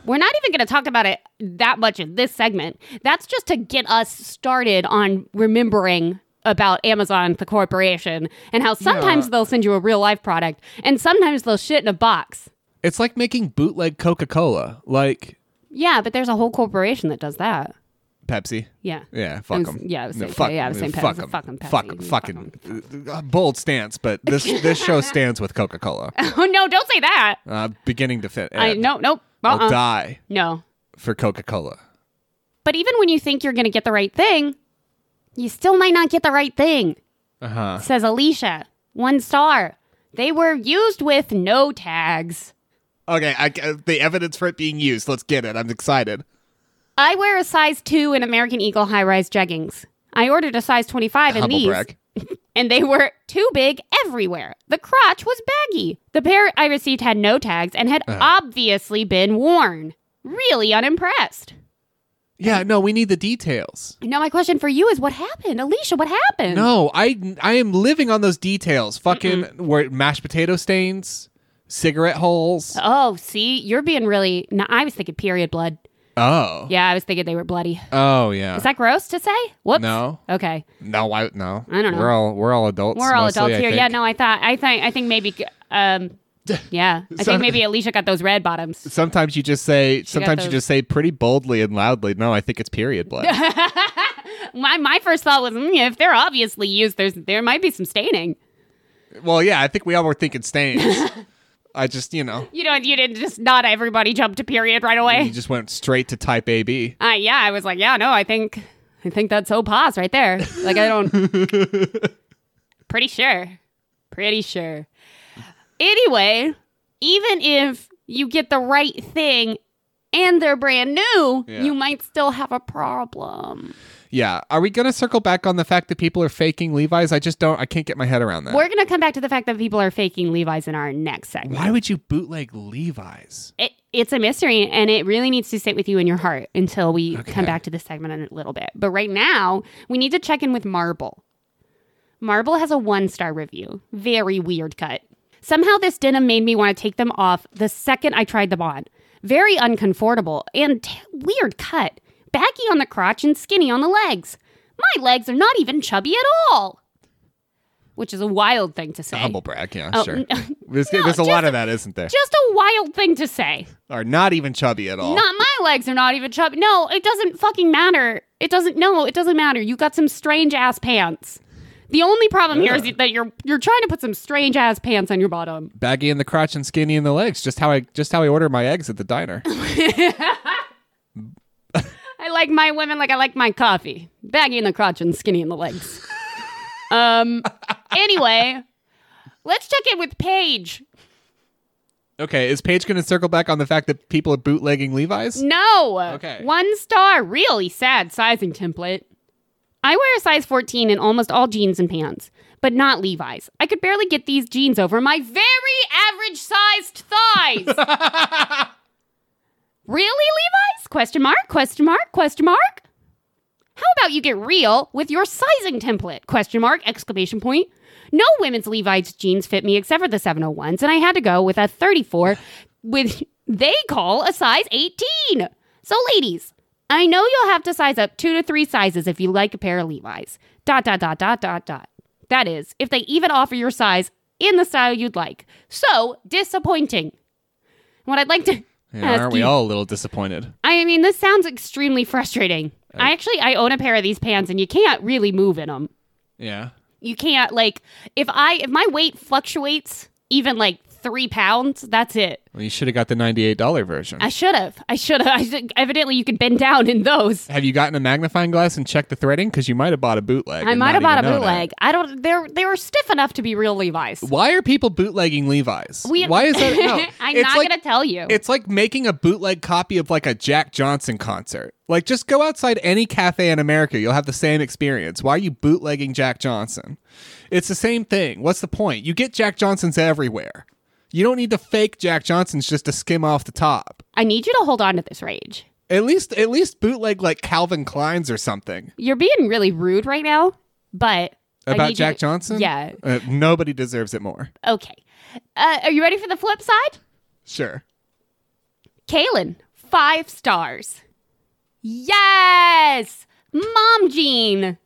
Speaker 2: We're not even going to talk about it that much in this segment. That's just to get us started on remembering about Amazon, the corporation, and how sometimes
Speaker 1: Yeah.
Speaker 2: they'll send you a real life product and sometimes they'll shit in a box.
Speaker 1: it's like making bootleg Coca-Cola, like
Speaker 2: Yeah, but there's a whole corporation that does that.
Speaker 1: Pepsi.
Speaker 2: Yeah.
Speaker 1: Yeah,
Speaker 2: I
Speaker 1: fuck
Speaker 2: was-
Speaker 1: them.
Speaker 2: yeah, I was saying- yeah, I was saying
Speaker 1: fuck
Speaker 2: Pepsi,
Speaker 1: them.
Speaker 2: fuck 'em, Pepsi,
Speaker 1: Fuck 'em,
Speaker 2: fuck
Speaker 1: fucking uh, bold stance, but this this show stands with Coca Cola,
Speaker 2: Oh no, don't say that.
Speaker 1: uh, beginning to fit.
Speaker 2: I no, nope.
Speaker 1: I'll
Speaker 2: Uh-uh.
Speaker 1: die
Speaker 2: No.
Speaker 1: for Coca Cola.
Speaker 2: But even when you think you're going to get the right thing, you still might not get the right thing.
Speaker 1: Uh huh.
Speaker 2: Says Alicia. One star. They were used with no tags.
Speaker 1: Okay, I, uh, the evidence for it being used. Let's get it. I'm excited.
Speaker 2: I wear a size two in American Eagle high rise jeggings. I ordered a size 25 in
Speaker 1: Humble
Speaker 2: these,
Speaker 1: brag.
Speaker 2: and they were too big everywhere. The crotch was baggy. The pair I received had no tags and had
Speaker 1: Uh-huh.
Speaker 2: obviously been worn. Really unimpressed.
Speaker 1: Yeah, no, we need the details.
Speaker 2: Now, my question for you is what happened? Alicia, what happened?
Speaker 1: No, I I am living on those details. Fucking where mashed potato stains, cigarette holes.
Speaker 2: Oh, see, you're being really. No, I was thinking period blood.
Speaker 1: Oh.
Speaker 2: Yeah, I was thinking they were bloody.
Speaker 1: Oh yeah.
Speaker 2: Is that gross to say? Whoops.
Speaker 1: no.
Speaker 2: Okay.
Speaker 1: No, I no.
Speaker 2: I don't know.
Speaker 1: We're all we're all adults.
Speaker 2: We're all
Speaker 1: mostly,
Speaker 2: adults
Speaker 1: I
Speaker 2: here. Yeah,
Speaker 1: think.
Speaker 2: no, I thought I think I think maybe um yeah. I
Speaker 1: Sorry.
Speaker 2: think maybe Alicia got those red bottoms.
Speaker 1: Sometimes you just say. sometimes you
Speaker 2: those-
Speaker 1: just say pretty boldly and loudly. No, I think it's period blood.
Speaker 2: My my first thought was mm, if they're obviously used there's there might be some staining.
Speaker 1: well, yeah, I think we all were thinking stains. I just, you know,
Speaker 2: You know, you didn't just not everybody jump to period right
Speaker 1: you
Speaker 2: away.
Speaker 1: just went straight to type AB.
Speaker 2: Uh, yeah, I was like, yeah, no, I think, I think that's so pause right there. Like, I don't. pretty sure, pretty sure. Anyway, even if you get the right thing and they're brand new,
Speaker 1: Yeah.
Speaker 2: you might still have a problem.
Speaker 1: Yeah. Are we going to circle back on the fact that people are faking Levi's? I just don't, I can't get my head around that.
Speaker 2: We're gonna come back to the fact that people are faking Levi's in our next segment.
Speaker 1: Why would you bootleg Levi's?
Speaker 2: it, it's a mystery and it really needs to sit with you in your heart until we
Speaker 1: Okay.
Speaker 2: come back to this segment in a little bit. But right now, we need to check in with Marble. Marble has a one star review. Very weird cut. Somehow, this denim made me want to take them off the second I tried them on. Very uncomfortable and t- weird cut. Baggy on the crotch and skinny on the legs. My legs are not even chubby at all. Which is a wild thing to say.
Speaker 1: Humble brag. Yeah,
Speaker 2: Oh,
Speaker 1: sure.
Speaker 2: n-
Speaker 1: there's
Speaker 2: no,
Speaker 1: there's a
Speaker 2: just-
Speaker 1: lot of that, isn't there?
Speaker 2: Just a wild thing to say.
Speaker 1: Or not even chubby at all.
Speaker 2: Not my legs are not even chubby. No, it doesn't fucking matter. It doesn't. No, it doesn't matter. You got some strange ass pants. The only problem here is that you're you're trying to put some strange ass pants on your bottom.
Speaker 1: Baggy in the crotch and skinny in the legs. Just how I just how I order my eggs at the diner.
Speaker 2: I like my women like I like my coffee, baggy in the crotch and skinny in the legs. um. Anyway, let's check in with Paige.
Speaker 1: okay, is Paige going to circle back on the fact that people are bootlegging Levi's?
Speaker 2: No.
Speaker 1: Okay.
Speaker 2: One star. Really sad sizing template. I wear a size 14 in almost all jeans and pants, but not Levi's. I could barely get these jeans over my very average sized thighs. really, Levi's? Question mark, question mark, question mark. How about you get real with your sizing template? Question mark, exclamation point. No women's Levi's jeans fit me except for the 701s, and I had to go with a 34 with they call a size 18. So ladies, I know you'll have to size up two to three sizes if you like a pair of Levi's. Dot dot dot dot dot dot. That is, if they even offer your size in the style you'd like. So disappointing. What I'd like to
Speaker 1: Yeah,
Speaker 2: ask
Speaker 1: aren't we
Speaker 2: you-
Speaker 1: all a little disappointed?
Speaker 2: I mean, this sounds extremely frustrating.
Speaker 1: Uh,
Speaker 2: I actually I own a pair of these pants and you can't really move in them.
Speaker 1: Yeah.
Speaker 2: You can't like if I if my weight fluctuates even like 3 pounds, that's it.
Speaker 1: Well, you should have got the $98 version.
Speaker 2: I should have. I should have. I should, evidently you could bend down in those.
Speaker 1: have you gotten a magnifying glass and checked the threading? Because you might have bought a bootleg.
Speaker 2: I
Speaker 1: and
Speaker 2: might have
Speaker 1: not
Speaker 2: bought a
Speaker 1: even known it.
Speaker 2: bootleg. I don't they're they were stiff enough to be real Levi's.
Speaker 1: Why are people bootlegging Levi's?
Speaker 2: We-
Speaker 1: Why is that? No,
Speaker 2: I'm
Speaker 1: it's
Speaker 2: not
Speaker 1: like,
Speaker 2: going to tell you.
Speaker 1: It's like making a bootleg copy of like a Jack Johnson concert. Like, just go outside any cafe in America, you'll have the same experience. Why are you bootlegging Jack Johnson? It's the same thing. What's the point? You get Jack Johnsons everywhere. You don't need to fake Jack Johnsons just to skim off the top.
Speaker 2: I need you to hold on to this rage.
Speaker 1: At least, at least bootleg like Calvin Klein's or something
Speaker 2: You're being really rude right now, but I need
Speaker 1: about
Speaker 2: you
Speaker 1: Jack
Speaker 2: to-
Speaker 1: Johnson.
Speaker 2: Yeah.
Speaker 1: uh, nobody deserves it more.
Speaker 2: Okay. Uh, are you ready for the flip side?
Speaker 1: Sure.
Speaker 2: Kaylin, five stars. Yes! Mom Jean.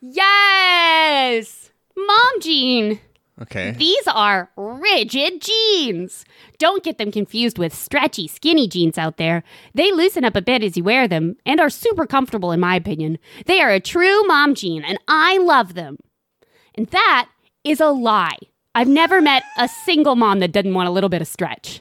Speaker 2: Yes! Mom Jean.
Speaker 1: Okay.
Speaker 2: These are rigid jeans. Don't get them confused with stretchy, skinny jeans out there. They loosen up a bit as you wear them and are super comfortable, in my opinion. They are a true mom jean, and I love them. And that is a lie. I've never met a single mom that didn't want a little bit of stretch.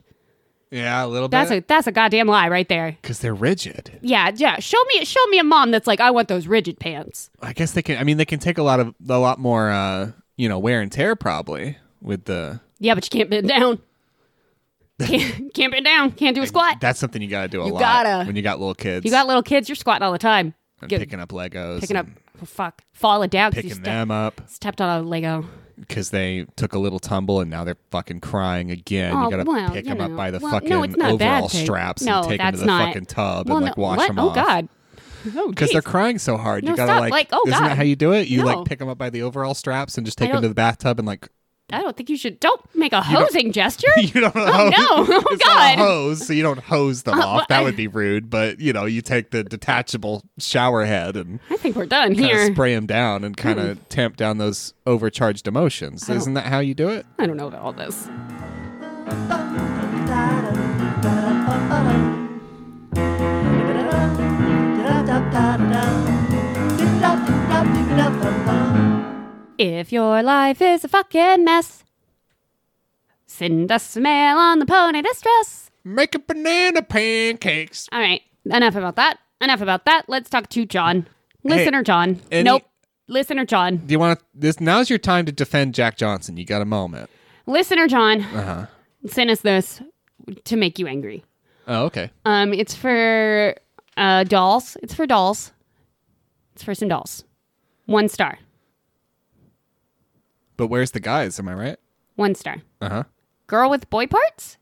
Speaker 1: yeah, a little
Speaker 2: That's
Speaker 1: bit.
Speaker 2: a that's a goddamn lie right there.
Speaker 1: Because they're rigid.
Speaker 2: Yeah, yeah. Show me show me a mom that's like, I want those rigid pants.
Speaker 1: I guess they can. I mean, they can take a lot of a lot more, uh, you know, wear and tear probably with the.
Speaker 2: Yeah, but you can't bend down. Can't, can't bend down. Can't do a squat.
Speaker 1: That's something you gotta do a lot
Speaker 2: gotta.
Speaker 1: when you got little kids.
Speaker 2: You got little kids, you're squatting all the time.
Speaker 1: and
Speaker 2: Get-
Speaker 1: picking up Legos,
Speaker 2: picking up,
Speaker 1: and
Speaker 2: oh, fuck, falling down. 'cause you
Speaker 1: picking
Speaker 2: ste-
Speaker 1: them up
Speaker 2: Stepped on a Lego.
Speaker 1: because they took a little tumble and now they're fucking crying again.
Speaker 2: Oh,
Speaker 1: you gotta
Speaker 2: well,
Speaker 1: pick
Speaker 2: you
Speaker 1: them up
Speaker 2: know.
Speaker 1: by the
Speaker 2: Well,
Speaker 1: fucking
Speaker 2: no, it's not a bad
Speaker 1: overall
Speaker 2: thing.
Speaker 1: straps
Speaker 2: No,
Speaker 1: and take them to
Speaker 2: that's
Speaker 1: the
Speaker 2: not-
Speaker 1: fucking tub
Speaker 2: Well,
Speaker 1: and
Speaker 2: no,
Speaker 1: like wash
Speaker 2: what?
Speaker 1: them
Speaker 2: Oh
Speaker 1: off.
Speaker 2: God. Oh,
Speaker 1: Because they're
Speaker 2: jeez.
Speaker 1: crying so hard,
Speaker 2: No,
Speaker 1: you gotta
Speaker 2: stop.
Speaker 1: like,
Speaker 2: Like, oh,
Speaker 1: isn't
Speaker 2: God.
Speaker 1: that how you do it? You
Speaker 2: No.
Speaker 1: like pick them up by the overall straps and just take
Speaker 2: don't-
Speaker 1: them to the bathtub and like
Speaker 2: I don't think you should. Don't make a hosing gesture.
Speaker 1: you don't
Speaker 2: Oh,
Speaker 1: hose.
Speaker 2: no. Oh,
Speaker 1: it's not a
Speaker 2: God.
Speaker 1: hose, so you don't hose them off.
Speaker 2: well,
Speaker 1: That
Speaker 2: I-
Speaker 1: would be rude, but you know, you take the detachable shower head and
Speaker 2: I think we're done
Speaker 1: kind
Speaker 2: here. Hmm.
Speaker 1: of spray them down and kind of tamp down those overcharged emotions.
Speaker 2: don't-
Speaker 1: Isn't that how you do it?
Speaker 2: I don't know about all this. If your life is a fucking mess, Send a smell on the pony distress.
Speaker 1: Make a banana pancakes.
Speaker 2: All right, enough about that. Enough about that. Let's talk to John. Listener John.
Speaker 1: any-
Speaker 2: nope. Listener John.
Speaker 1: Do you want to, this? Now's your time to defend Jack Johnson. You got a moment.
Speaker 2: Listener John. Send us this to make you angry.
Speaker 1: Oh, okay.
Speaker 2: Um, it's for uh, dolls. It's for dolls. It's for some dolls. One star.
Speaker 1: But where's the guys? Am I right?
Speaker 2: One star.
Speaker 1: Uh huh.
Speaker 2: Girl with boy parts?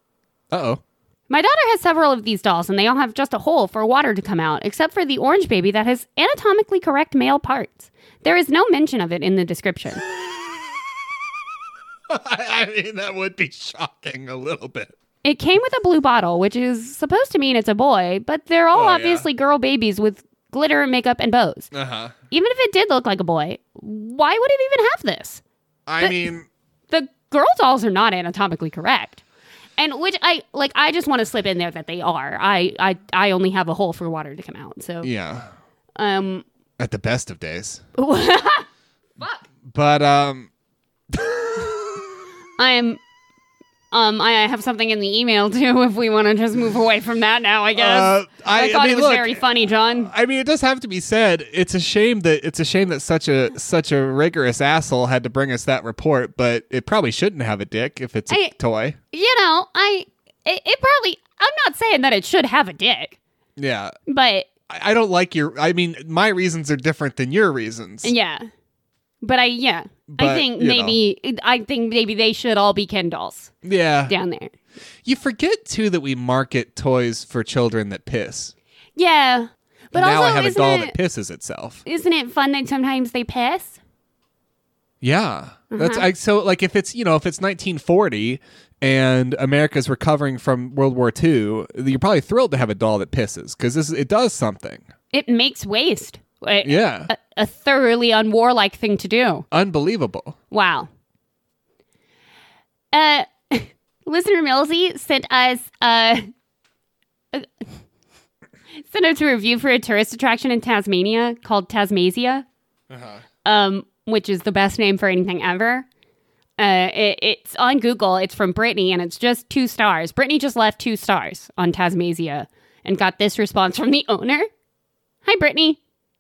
Speaker 1: Uh oh.
Speaker 2: My daughter has several of these dolls, and they all have just a hole for water to come out, except for the orange baby that has anatomically correct male parts. There is no mention of it in the description.
Speaker 1: I mean, that would be shocking a little bit.
Speaker 2: It came with a blue bottle, which is supposed to mean it's a boy, but they're all
Speaker 1: Oh, yeah.
Speaker 2: obviously girl babies with glitter, makeup, and bows.
Speaker 1: Uh huh.
Speaker 2: Even if it did look like a boy, why would it even have this?
Speaker 1: I mean,
Speaker 2: the girl dolls are not anatomically correct. And which I like I just want to slip in there that they are. I I I only have a hole for water to come out. So
Speaker 1: yeah.
Speaker 2: um
Speaker 1: At the best of days.
Speaker 2: fuck.
Speaker 1: But um,
Speaker 2: I am um I have something in the email too if we want to just move away from that now, I guess.
Speaker 1: Uh, I-
Speaker 2: I,
Speaker 1: I
Speaker 2: thought
Speaker 1: mean,
Speaker 2: it was
Speaker 1: look-
Speaker 2: very funny, John.
Speaker 1: I mean, it does have to be said. It's a shame that it's a shame that such a such a rigorous asshole had to bring us that report. But it probably shouldn't have a dick if it's a
Speaker 2: I-
Speaker 1: toy.
Speaker 2: You know, I it, it probably I'm not saying that it should have a dick,
Speaker 1: Yeah.
Speaker 2: but
Speaker 1: I, I don't like your. I mean, my reasons are different than your reasons.
Speaker 2: yeah. But I yeah.
Speaker 1: But,
Speaker 2: I think
Speaker 1: you know.
Speaker 2: maybe I think maybe they should all be Ken dolls
Speaker 1: Yeah.
Speaker 2: down there.
Speaker 1: You forget too that we market toys for children that piss.
Speaker 2: Yeah. But
Speaker 1: now
Speaker 2: also,
Speaker 1: I have a
Speaker 2: isn't,
Speaker 1: doll
Speaker 2: it,
Speaker 1: that pisses itself.
Speaker 2: isn't it fun that sometimes they piss?
Speaker 1: Yeah. That's
Speaker 2: Uh-huh.
Speaker 1: I so like if it's you know if it's 1940 and America's recovering from World War II, you're probably thrilled to have a doll that pisses because this it does something.
Speaker 2: It makes waste. A,
Speaker 1: Yeah,
Speaker 2: a, a thoroughly unwarlike thing to do.
Speaker 1: unbelievable.
Speaker 2: Wow. Uh, listener Millsy sent us uh, a- sent us a review for a tourist attraction in Tasmania called Tasmasia, um, which is the best name for anything ever. Uh, it, it's on Google. It's from Brittany, and it's just two stars. Brittany just left two stars on Tasmasia and got this response from the owner. Hi, Brittany.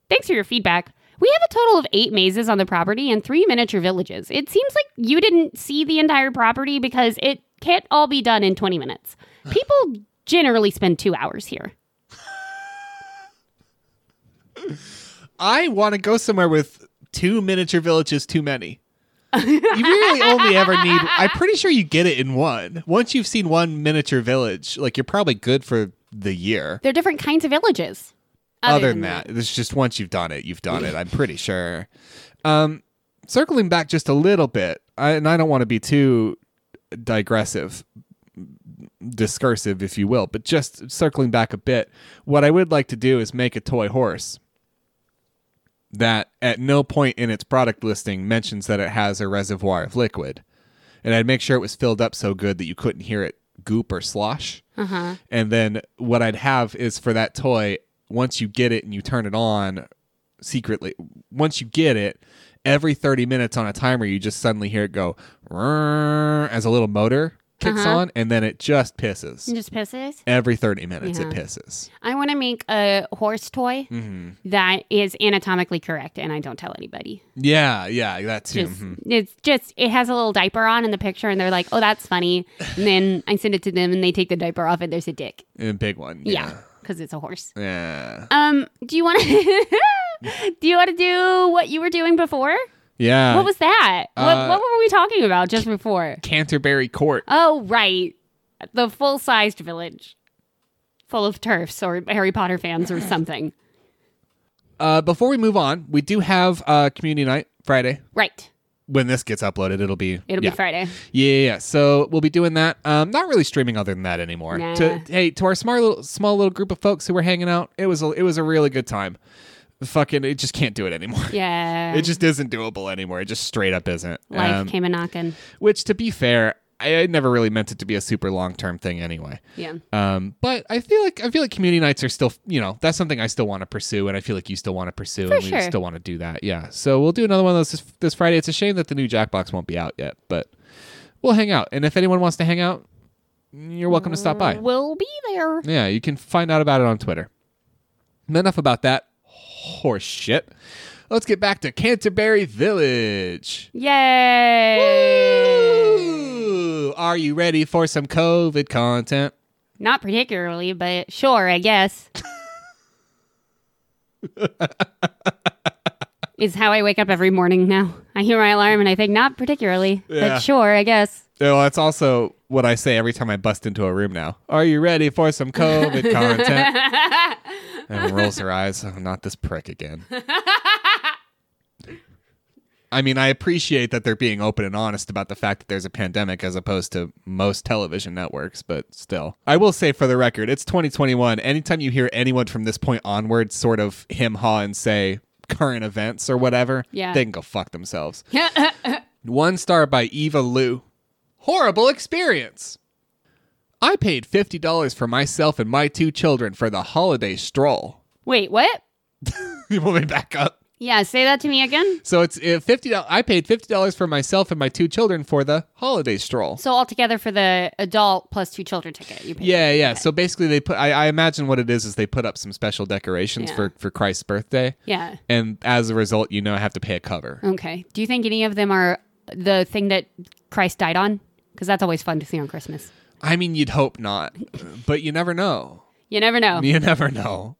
Speaker 2: Thanks for your feedback. We have a total of eight mazes on the property and three miniature villages. It seems like you didn't see the entire property because it can't all be done in 20 minutes. People generally spend two hours here.
Speaker 1: I want to go somewhere with two miniature villages too many. you really only ever need. I'm pretty sure you get it in one. Once you've seen one miniature village, like you're probably good for the year.
Speaker 2: There are different kinds of villages.
Speaker 1: other than that, it's just once you've done it, you've done it. I'm pretty sure. Um, circling back just a little bit, I, and I don't want to be too digressive, discursive, if you will, but just circling back a bit, what I would like to do is make a toy horse that at no point in its product listing mentions that it has a reservoir of liquid. And I'd make sure it was filled up so good that you couldn't hear it goop or slosh.
Speaker 2: Uh-huh.
Speaker 1: And then what I'd have is for that toy, once you get it and you turn it on secretly, once you get it, every 30 minutes on a timer, you just suddenly hear it go "Rrrr," as a little motor kicks
Speaker 2: Uh-huh.
Speaker 1: on, and then it just pisses.
Speaker 2: Just pisses.
Speaker 1: Every 30 minutes, it
Speaker 2: Yeah.
Speaker 1: pisses.
Speaker 2: I want to make a horse toy
Speaker 1: Mm-hmm.
Speaker 2: that is anatomically correct and I don't tell anybody.
Speaker 1: Yeah, yeah, that too.
Speaker 2: Just,
Speaker 1: Mhm.
Speaker 2: It's just, it has a little diaper on in the picture and they're like, oh, that's funny. And then I send it to them and they take the diaper off and there's a dick.
Speaker 1: Mm-hmm. A big one.
Speaker 2: Yeah, because it's a horse.
Speaker 1: Yeah. yeah.
Speaker 2: Um, do you want to do you want to do what you were doing before?
Speaker 1: Yeah.
Speaker 2: What was that?
Speaker 1: uh,
Speaker 2: what, what were we talking about just before?
Speaker 1: Canterbury Court?
Speaker 2: Oh, right, the full-sized village, full of turfs or Harry Potter fans or something.
Speaker 1: Uh, before we move on, we do have uh, community night Friday.
Speaker 2: Right,
Speaker 1: When this gets uploaded, it'll be
Speaker 2: it'll
Speaker 1: yeah.
Speaker 2: be Friday.
Speaker 1: Yeah, yeah, yeah. So we'll be doing that. Um, not really streaming other than that anymore.
Speaker 2: Nah.
Speaker 1: To, hey, to our smart little small little group of folks who were hanging out, it was a, it was a really good time. Fucking, it just can't do it anymore.
Speaker 2: Yeah,
Speaker 1: It just isn't doable anymore. It just straight up isn't.
Speaker 2: life
Speaker 1: Um,
Speaker 2: came a knocking.
Speaker 1: which, to be fair, I, I never really meant it to be a super long term thing anyway.
Speaker 2: Yeah,
Speaker 1: Um, but I feel like I feel like community nights are still, you know, that's something I still want to pursue, and I feel like you still want to pursue, and we
Speaker 2: sure.
Speaker 1: still want to do that. Yeah. So we'll do another one of those this, this Friday. It's a shame that the new Jackbox won't be out yet, but We'll hang out. And if anyone wants to hang out, you're welcome to stop by.
Speaker 2: We'll be there.
Speaker 1: Yeah, you can find out about it on Twitter. Enough about that horse shit. Let's get back to Canterbury Village.
Speaker 2: Yay!
Speaker 1: Ooh, are you ready for some COVID content?
Speaker 2: Not particularly, but sure, I guess. Is how I wake up every morning now. I hear my alarm and I think, not particularly,
Speaker 1: Yeah.
Speaker 2: but sure, I guess.
Speaker 1: Well, that's also what I say every time I bust into a room now. Are you ready for some COVID content? and rolls her eyes. Oh, not this prick again. I mean, I appreciate that they're being open and honest about the fact that there's a pandemic as opposed to most television networks, but still. I will say for the record, it's 2021. Anytime you hear anyone from this point onward sort of him haw and say current events or whatever,
Speaker 2: Yeah.
Speaker 1: they can go fuck themselves. One star by Eva Liu. Horrible experience. I paid $50 for myself and my two children for the holiday stroll.
Speaker 2: Wait, what?
Speaker 1: you want me back up?
Speaker 2: Yeah, say that to me again.
Speaker 1: So it's uh, fifty. I paid fifty dollars for myself and my two children for the holiday stroll.
Speaker 2: So altogether for the adult plus two children ticket, you paid.
Speaker 1: Yeah, yeah. So basically, they put. I, I imagine what it is is they put up some special decorations
Speaker 2: Yeah.
Speaker 1: for for Christ's birthday,
Speaker 2: Yeah.
Speaker 1: and as a result, you know, I have to pay a cover.
Speaker 2: Okay. Do you think any of them are the thing that Christ died on? Because that's always fun to see on Christmas.
Speaker 1: I mean, you'd hope not, but you never know.
Speaker 2: You never know.
Speaker 1: You never know.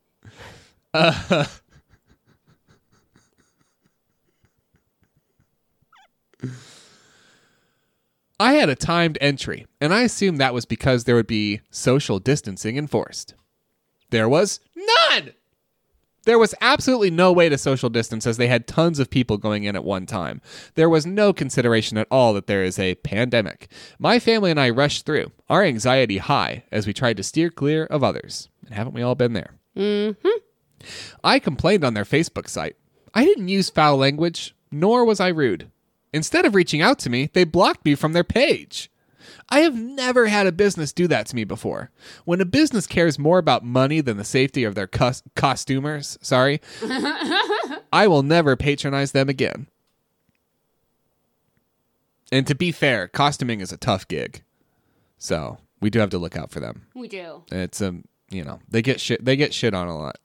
Speaker 1: Uh, I had a timed entry, and I assumed that was because there would be social distancing enforced. There was none! There was absolutely no way to social distance as they had tons of people going in at one time. There was no consideration at all that there is a pandemic. My family and I rushed through, our anxiety high, as we tried to steer clear of others. And haven't we all been there? Mm-hmm. I complained on their Facebook site. I didn't use foul language, nor was I rude. Instead of reaching out to me, they blocked me from their page. I have never had a business do that to me before. When a business cares more about money than the safety of their cus- costumers, sorry, I will never patronize them again. And to be fair, costuming is a tough gig. So, we do have to look out for them.
Speaker 2: We do.
Speaker 1: It's um, you know, they get shit they get shit on a lot.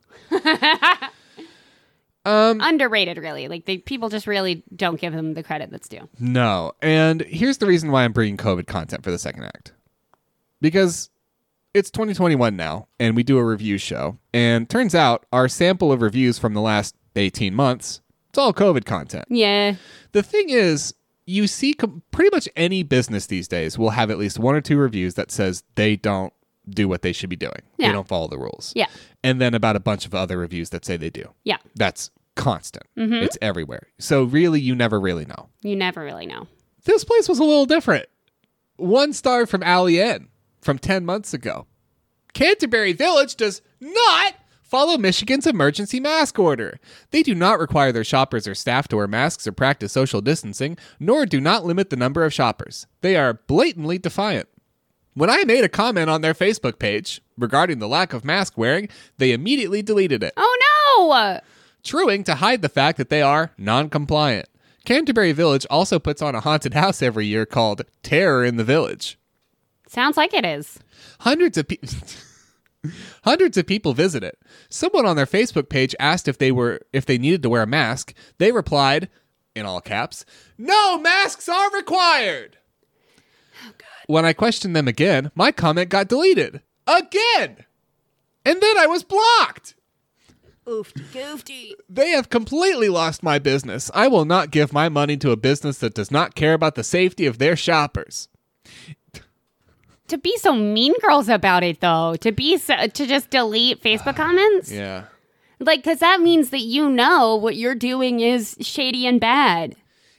Speaker 1: Um,
Speaker 2: Underrated, really. Like they, people just really don't give them the credit that's due.
Speaker 1: No. And here's the reason why I'm bringing COVID content for the second act. Because it's 2021 now, and we do a review show. And turns out our sample of reviews from the last 18 months, it's all COVID content.
Speaker 2: Yeah.
Speaker 1: The thing is, you see com- pretty much any business these days will have at least one or two reviews that says they don't do what they should be doing. They
Speaker 2: Yeah.
Speaker 1: don't follow the rules.
Speaker 2: Yeah.
Speaker 1: And then about a bunch of other reviews that say they do.
Speaker 2: Yeah.
Speaker 1: That's constant.
Speaker 2: Mm-hmm.
Speaker 1: It's everywhere. So really you never really know
Speaker 2: You never really know.
Speaker 1: this place was a little different. One star from Allie N from 10 months ago. Canterbury Village does not follow Michigan's emergency mask order. They do not require their shoppers or staff to wear masks or practice social distancing, nor do not limit the number of shoppers. They are blatantly defiant. When I made a comment on their Facebook page regarding the lack of mask wearing, they immediately deleted it
Speaker 2: Oh
Speaker 1: truing to hide the fact that they are non-compliant. Canterbury Village also puts on a haunted house every year called Terror in the Village.
Speaker 2: no! Sounds like it is.
Speaker 1: Hundreds of people Hundreds of people visit it. Someone on their Facebook page asked if they were if they needed to wear a mask. They replied in all caps, "No masks are required." When I questioned them again, my comment got deleted. Again. And then I was blocked.
Speaker 2: Oofty goofty.
Speaker 1: They have completely lost my business. I will not give my money to a business that does not care about the safety of their shoppers.
Speaker 2: To be so mean girls about it though. To be so, to just delete Facebook comments.
Speaker 1: Yeah.
Speaker 2: Like cuz that means that you know what you're doing is shady and bad.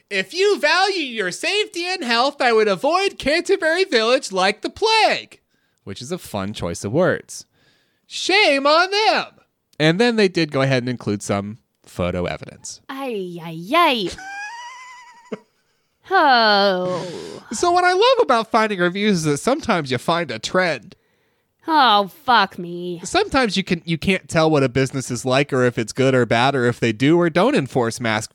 Speaker 1: If you value your safety and health, I would avoid Canterbury Village like the plague, which is a fun choice of words. Shame on them. And then they did go ahead and include some photo evidence.
Speaker 2: Ay ay ay. oh.
Speaker 1: So what I love about finding reviews is that sometimes you find a trend.
Speaker 2: Oh fuck me.
Speaker 1: sometimes you can you can't tell what a business is like or if it's good or bad or if they do or don't enforce mask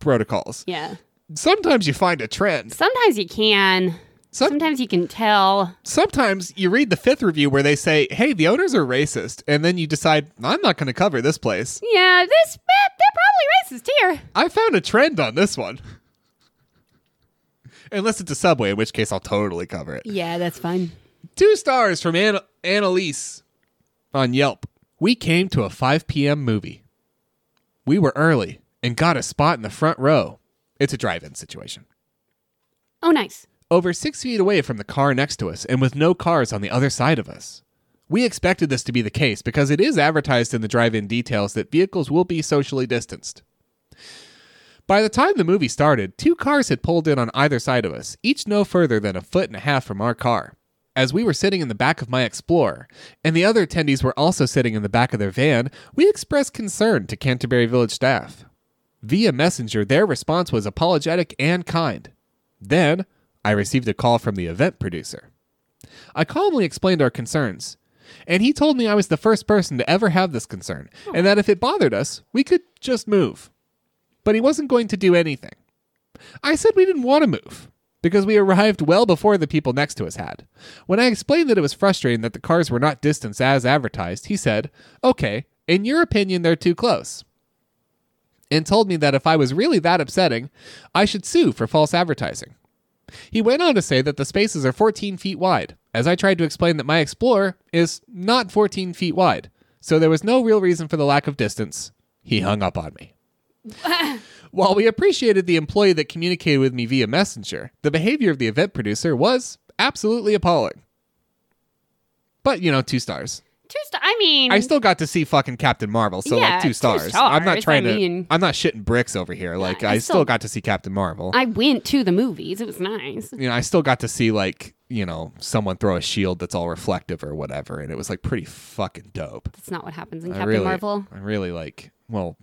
Speaker 1: protocols.
Speaker 2: Yeah.
Speaker 1: Sometimes you find a trend.
Speaker 2: Sometimes you can.
Speaker 1: Some,
Speaker 2: Sometimes you can tell.
Speaker 1: sometimes you read the fifth review where they say, hey, the owners are racist. And then you decide, I'm not going to cover this place.
Speaker 2: Yeah, this they're probably racist here.
Speaker 1: I found a trend on this one. Unless it's a subway, in which case I'll totally cover it.
Speaker 2: Yeah, that's fine.
Speaker 1: Two stars from Anna Annalise on Yelp. We came to a 5 p.m. movie. We were early and got a spot in the front row. It's a drive in situation.
Speaker 2: Oh, nice.
Speaker 1: Over six feet away from the car next to us and with no cars on the other side of us. We expected this to be the case because it is advertised in the drive in details that vehicles will be socially distanced. By the time the movie started, two cars had pulled in on either side of us, each no further than a foot and a half from our car. As we were sitting in the back of my Explorer, and the other attendees were also sitting in the back of their van, we expressed concern to Canterbury Village staff. Via messenger, their response was apologetic and kind. Then, I received a call from the event producer. I calmly explained our concerns, and he told me I was the first person to ever have this concern, and that if it bothered us, we could just move but he wasn't going to do anything. I said we didn't want to move because we arrived well before the people next to us had. When I explained that it was frustrating that the cars were not distanced as advertised, he said, Okay, in your opinion, they're too close. And told me that if I was really that upsetting, I should sue for false advertising. He went on to say that the spaces are 14 feet wide, as I tried to explain that my Explorer is not 14 feet wide, so there was no real reason for the lack of distance. He hung up on me. While we appreciated the employee that communicated with me via messenger, the behavior of the event producer was absolutely appalling. But you know, two stars.
Speaker 2: Two star. I mean,
Speaker 1: I still got to see fucking Captain Marvel, so
Speaker 2: Yeah,
Speaker 1: like two
Speaker 2: two
Speaker 1: stars. I'm not
Speaker 2: stars,
Speaker 1: trying
Speaker 2: I
Speaker 1: to.
Speaker 2: mean-
Speaker 1: I'm not shitting bricks over here. Like
Speaker 2: I
Speaker 1: I, still,
Speaker 2: still-
Speaker 1: got to see Captain Marvel.
Speaker 2: I went to the movies. It was nice.
Speaker 1: you know, I still got to see like you know someone throw a shield that's all reflective or whatever, and it was like pretty fucking dope.
Speaker 2: That's not what happens in
Speaker 1: I
Speaker 2: Captain
Speaker 1: really-
Speaker 2: Marvel.
Speaker 1: I really like. Well,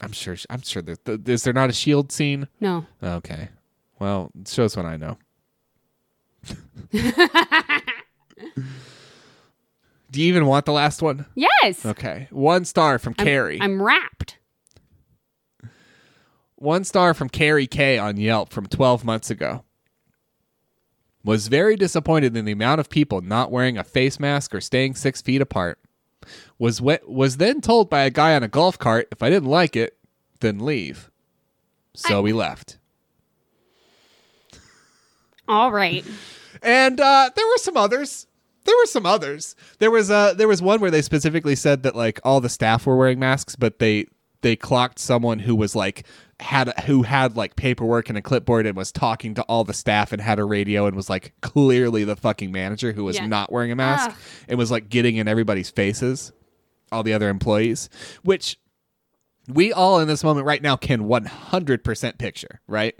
Speaker 1: I'm sure. I'm sure. There, th- is there not a shield scene?
Speaker 2: No.
Speaker 1: Okay. Well, it shows what I know. Do you even want the last one?
Speaker 2: Yes.
Speaker 1: Okay. One star from Carrie.
Speaker 2: I'm wrapped.
Speaker 1: One star from Carrie K on Yelp from 12 months ago. Was very disappointed in the amount of people not wearing a face mask or staying six feet apart. Was we- was then told by a guy on a golf cart if I didn't like it, then leave. So we left.
Speaker 2: All right.
Speaker 1: And uh, there were some others. There were some others. There was uh, there was one where they specifically said that like all the staff were wearing masks, but they they clocked someone who was like had who had like paperwork and a clipboard and was talking to all the staff and had a radio and was like clearly the fucking manager who was
Speaker 2: Yeah.
Speaker 1: not wearing a mask
Speaker 2: Ugh.
Speaker 1: and was like getting in everybody's faces, all the other employees, which we all in this moment right now can 100% picture, right?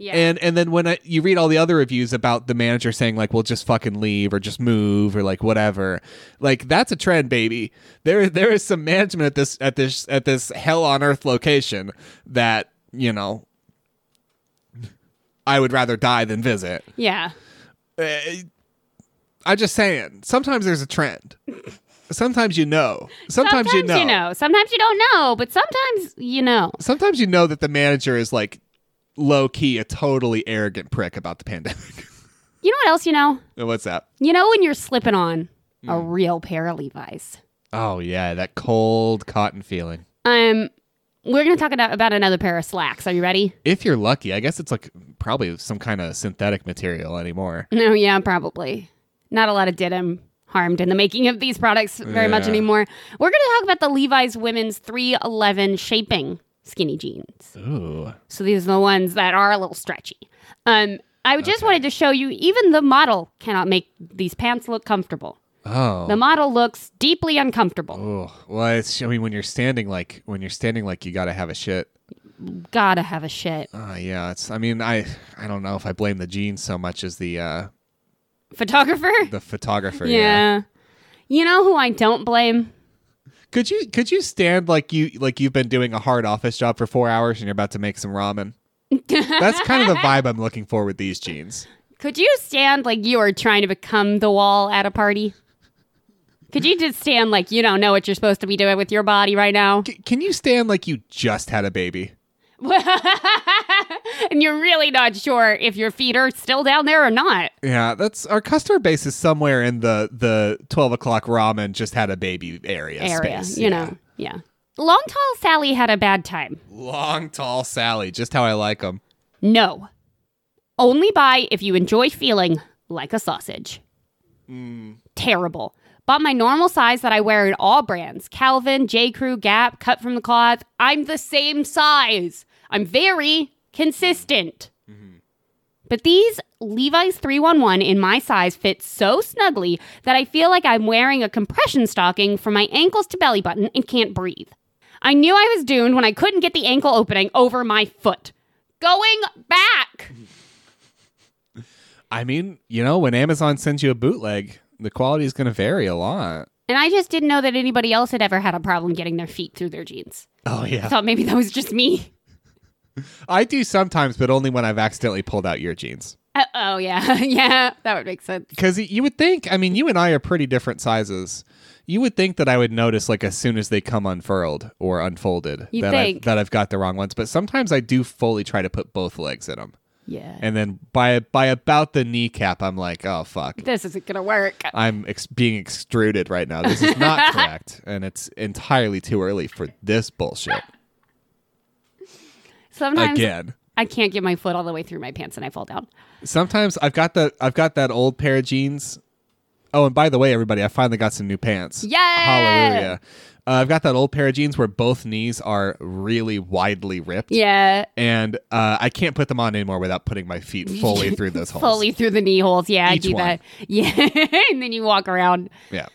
Speaker 2: Yeah.
Speaker 1: And and then when I, you read all the other reviews about the manager saying like, "Well, just fucking leave or just move or like whatever," like that's a trend, baby. There there is some management at this at this at this hell on earth location that you know. I would rather die than visit. Uh,
Speaker 2: yeah.
Speaker 1: I'm just saying. Sometimes there's a trend. Sometimes you know. Sometimes,
Speaker 2: Sometimes
Speaker 1: you, know.
Speaker 2: you know. Sometimes you don't know, but sometimes you know.
Speaker 1: Sometimes you know that the manager is like low key a totally arrogant prick about the pandemic.
Speaker 2: You know what else you know?
Speaker 1: What's that?
Speaker 2: You know when you're slipping on
Speaker 1: Hmm.
Speaker 2: a real pair of Levi's.
Speaker 1: Oh yeah, that cold cotton feeling.
Speaker 2: Um, we're gonna talk about, about another pair of slacks. Are you ready?
Speaker 1: If you're lucky, I guess it's like probably some kind of synthetic material anymore.
Speaker 2: No, yeah, probably. Not a lot of didim harmed in the making of these products very much
Speaker 1: Yeah.
Speaker 2: anymore. We're gonna talk about the Levi's women's 311 shaping skinny jeans.
Speaker 1: Ooh.
Speaker 2: So these are the ones that are a little stretchy. Um, I just wanted to show you even the model cannot make these pants look comfortable.
Speaker 1: Oh.
Speaker 2: The model looks deeply uncomfortable.
Speaker 1: Ooh. Well, it's I mean when you're standing like when you're standing like you gotta have a shit.
Speaker 2: Gotta have a shit.
Speaker 1: Oh yeah, it's I mean I I don't know if I blame the jeans so much as the uh
Speaker 2: Photographer?
Speaker 1: the photographer.
Speaker 2: yeah. You know who I don't blame?
Speaker 1: Could you could you stand like you like you've been doing a hard office job for four hours and you're about to make some ramen? That's kind of the vibe I'm looking for with these jeans.
Speaker 2: Could you stand like you are trying to become the wall at a party? Could you just stand like you don't know what you're supposed to be doing with your body right now?
Speaker 1: C- can you stand like you just had a baby?
Speaker 2: and you're really not sure if your feet are still down there or not.
Speaker 1: Yeah, that's our customer base is somewhere in the the twelve o'clock ramen just had a baby area.
Speaker 2: Area,
Speaker 1: space.
Speaker 2: you
Speaker 1: Yeah.
Speaker 2: know. Yeah. Long tall Sally had a bad time.
Speaker 1: long tall Sally, just how I like them.
Speaker 2: No. Only buy if you enjoy feeling like a sausage. Terrible. Bought my normal size that I wear in all brands Calvin, J. Crew, Gap, Cut from the Cloth. I'm the same size. I'm very consistent. But these Levi's 311 in my size fit so snugly that I feel like I'm wearing a compression stocking from my ankles to belly button and can't breathe. I knew I was doomed when I couldn't get the ankle opening over my foot. Going back!
Speaker 1: I mean, you know, when Amazon sends you a bootleg, the quality is going to vary a lot.
Speaker 2: And I just didn't know that anybody else had ever had a problem getting their feet through their jeans.
Speaker 1: Oh
Speaker 2: I
Speaker 1: yeah,
Speaker 2: thought maybe that was just me.
Speaker 1: I do sometimes, but only when I've accidentally pulled out your jeans.
Speaker 2: Uh, oh, yeah. yeah, that would make sense.
Speaker 1: Because you would think, I mean, you and I are pretty different sizes. You would think that I would notice, like, as soon as they come unfurled or unfolded,
Speaker 2: You
Speaker 1: that,
Speaker 2: think.
Speaker 1: I've, that I've got the wrong ones. But sometimes I do fully try to put both legs in them.
Speaker 2: Yeah.
Speaker 1: And then by by about the kneecap, I'm like, oh, fuck.
Speaker 2: this isn't going to work.
Speaker 1: I'm ex- being extruded right now. This is not correct. And it's entirely too early for this bullshit.
Speaker 2: Sometimes
Speaker 1: Again.
Speaker 2: I can't get my foot all the way through my pants and I fall down.
Speaker 1: Sometimes I've got the I've got that old pair of jeans. Oh, and by the way, everybody, I finally got some new pants.
Speaker 2: Yeah!
Speaker 1: Hallelujah! Uh, I've got that old pair of jeans where both knees are really widely ripped.
Speaker 2: Yeah.
Speaker 1: And uh, I can't put them on anymore without putting my feet fully through those holes.
Speaker 2: Fully through the knee holes. Yeah,
Speaker 1: Each
Speaker 2: I do
Speaker 1: one.
Speaker 2: that. Yeah. and then you walk around
Speaker 1: Yeah.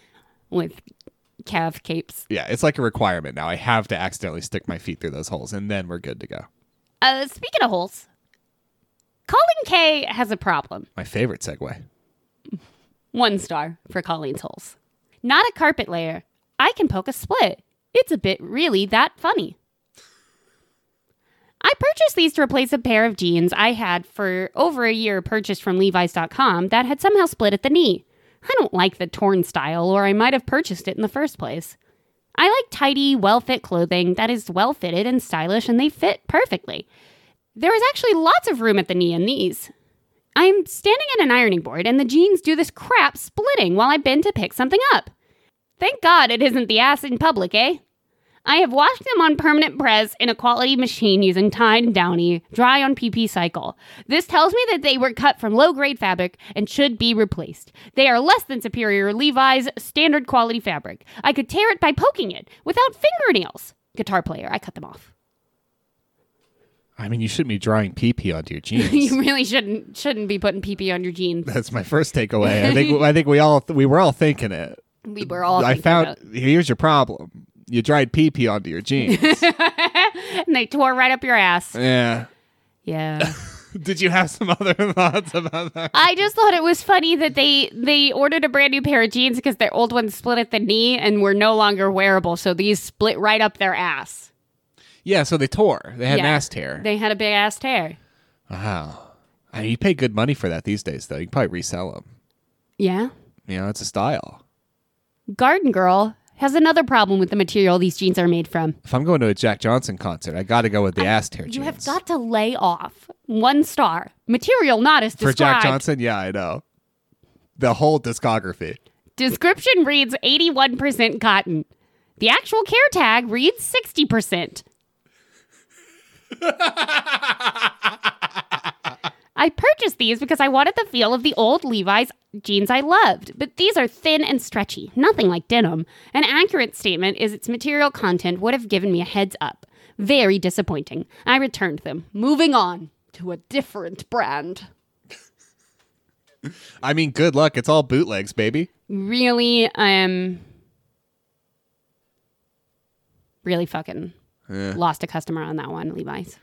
Speaker 2: with calf capes.
Speaker 1: Yeah. It's like a requirement now. I have to accidentally stick my feet through those holes, and then we're good to go.
Speaker 2: Uh, speaking of holes, Colin K has a problem.
Speaker 1: My favorite segue.
Speaker 2: One star for Colleen's holes. Not a carpet layer. I can poke a split. It's a bit really that funny. I purchased these to replace a pair of jeans I had for over a year purchased from Levi's.com that had somehow split at the knee. I don't like the torn style, or I might have purchased it in the first place. I like tidy, well fit clothing that is well fitted and stylish, and they fit perfectly. There is actually lots of room at the knee in these. I'm standing at an ironing board and the jeans do this crap splitting while I bend to pick something up. Thank God it isn't the ass in public, eh? I have washed them on permanent press in a quality machine using Tide and Downy, dry on PP cycle. This tells me that they were cut from low grade fabric and should be replaced. They are less than superior Levi's standard quality fabric. I could tear it by poking it without fingernails. Guitar player, I cut them off.
Speaker 1: I mean, you shouldn't be drawing pee pee onto your jeans.
Speaker 2: you really shouldn't shouldn't be putting PP on your jeans.
Speaker 1: That's my first takeaway. I think I think we all we were all thinking it.
Speaker 2: We were all
Speaker 1: I
Speaker 2: thinking
Speaker 1: found
Speaker 2: about-
Speaker 1: here's your problem. You dried pee pee onto your jeans.
Speaker 2: and they tore right up your ass.
Speaker 1: yeah.
Speaker 2: Yeah.
Speaker 1: Did you have some other thoughts about that?
Speaker 2: I just thought it was funny that they they ordered a brand new pair of jeans because their old ones split at the knee and were no longer wearable, so these split right up their ass.
Speaker 1: Yeah, so they tore. They had an
Speaker 2: Yeah.
Speaker 1: ass tear.
Speaker 2: They had a big ass tear.
Speaker 1: wow. I mean, you pay good money for that these days, though. You can probably resell them.
Speaker 2: Yeah.
Speaker 1: You know, it's a style.
Speaker 2: Garden Girl has another problem with the material these jeans are made from.
Speaker 1: If I'm going to a Jack Johnson concert, I got to go with the ass tear jeans.
Speaker 2: You have got to lay off one star material not as
Speaker 1: for Jack
Speaker 2: described.
Speaker 1: Johnson. Yeah, I know. The whole discography.
Speaker 2: Description reads 81% cotton. The actual care tag reads 60%. I purchased these because I wanted the feel of the old Levi's jeans I loved, but these are thin and stretchy, nothing like denim. An accurate statement is its material content would have given me a heads up. Very disappointing. I returned them. Moving on to a different brand.
Speaker 1: I mean, good luck. It's all bootlegs, baby.
Speaker 2: really um really fucking lost a customer on that one levi's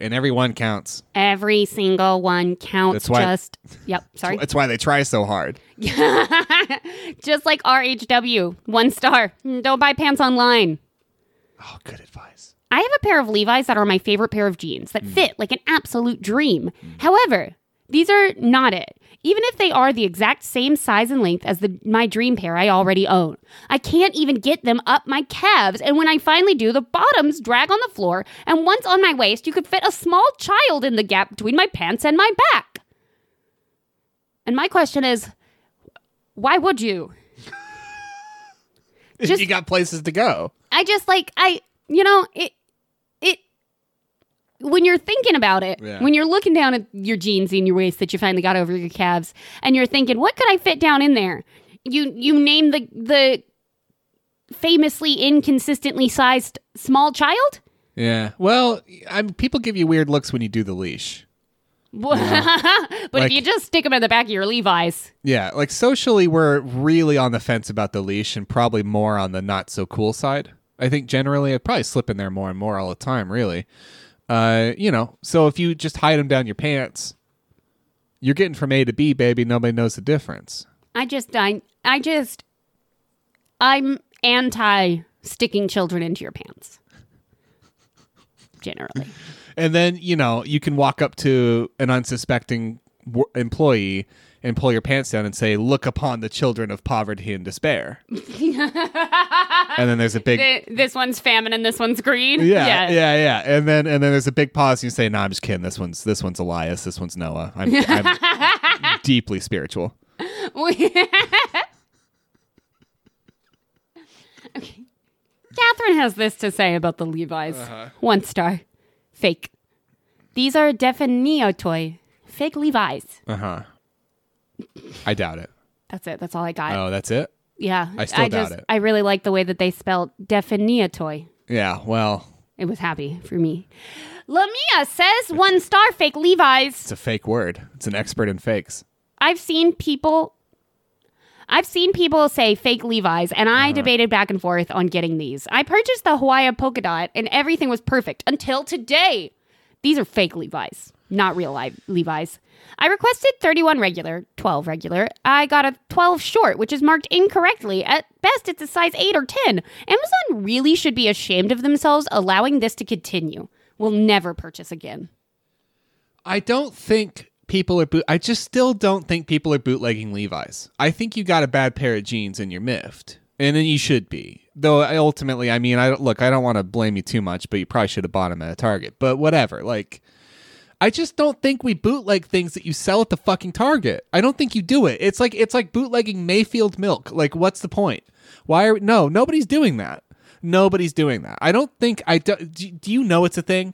Speaker 1: And every one counts.
Speaker 2: every single one counts
Speaker 1: That's why-
Speaker 2: just yep sorry
Speaker 1: That's why they try so hard.
Speaker 2: just like rhw one star don't buy pants online
Speaker 1: Oh, good advice.
Speaker 2: I have a pair of Levi's that are my favorite pair of jeans that fit like an absolute dream. However, these are not it. even if they are the exact same size and length as the my dream pair I already own. I can't even get them up my calves, and when I finally do, the bottoms drag on the floor, and once on my waist, you could fit a small child in the gap between my pants and my back. And my question is, why would you? Just-
Speaker 1: you got places to go.
Speaker 2: I just like I you know it it when you're thinking about it,
Speaker 1: Yeah.
Speaker 2: when you're looking down at your jeans and your waist that you finally got over your calves, and you're thinking, what could I fit down in there? You you name the the famously inconsistently sized small child.
Speaker 1: Yeah. Well, I mean, people give you weird looks when you do the leash.
Speaker 2: but if
Speaker 1: Like-
Speaker 2: you just stick them in the back of your Levi's,
Speaker 1: Yeah, like socially, we're really on the fence about the leash and probably more on the not so cool side. I think generally, I probably slip in there more and more all the time, really. Uh, you know, so if you just hide them down your pants, you're getting from A to B, baby. Nobody knows the difference.
Speaker 2: I just I I just I'm anti sticking children into your pants. Generally.
Speaker 1: And then, you know, you can walk up to an unsuspecting w- employee and pull your pants down and say, Look upon the children of poverty and despair. and then there's a big.
Speaker 2: Th- this one's famine and this one's greed.
Speaker 1: Yeah, yeah, yeah, And then and then there's a big pause. And you say, "No, I'm just kidding. This one's this one's Elias. This one's Noah. I'm, I'm deeply spiritual."
Speaker 2: Okay. Catherine has this to say about the Levi's.
Speaker 1: Uh-huh.
Speaker 2: One star. Fake. These are Definio toy. Fake Levi's.
Speaker 1: Uh huh. I doubt it.
Speaker 2: That's it. That's all I got.
Speaker 1: Oh, that's it.
Speaker 2: yeah.
Speaker 1: I still doubt
Speaker 2: just,
Speaker 1: it.
Speaker 2: I really like the way that they spelled Definio toy.
Speaker 1: Yeah. Well,
Speaker 2: It was happy for me. Lamia says one star fake Levi's.
Speaker 1: it's a fake word. It's an expert in fakes.
Speaker 2: I've seen people I've seen people say fake Levi's and I debated back and forth on getting these. I purchased the Hawaii polka dot and everything was perfect until today. These are fake Levi's, not real live Levi's. I requested 31 regular, 12 regular. I got a 12 short, which is marked incorrectly. At best, it's a size 8 or 10. Amazon really should be ashamed of themselves allowing this to continue. We'll never purchase again.
Speaker 1: I don't think people are boot. I just still don't think people are bootlegging Levi's. I think you got a bad pair of jeans and you're miffed, and then you should be. Though I ultimately, I mean, I don't look. I don't want to blame you too much, but you probably should have bought them at a Target. But whatever, like. I just don't think we bootleg things that you sell at the fucking Target. I don't think you do it. It's like it's like bootlegging Mayfield milk. Like what's the point? Why are no, nobody's doing that. Nobody's doing that. I don't think I do, do, do you know it's a thing?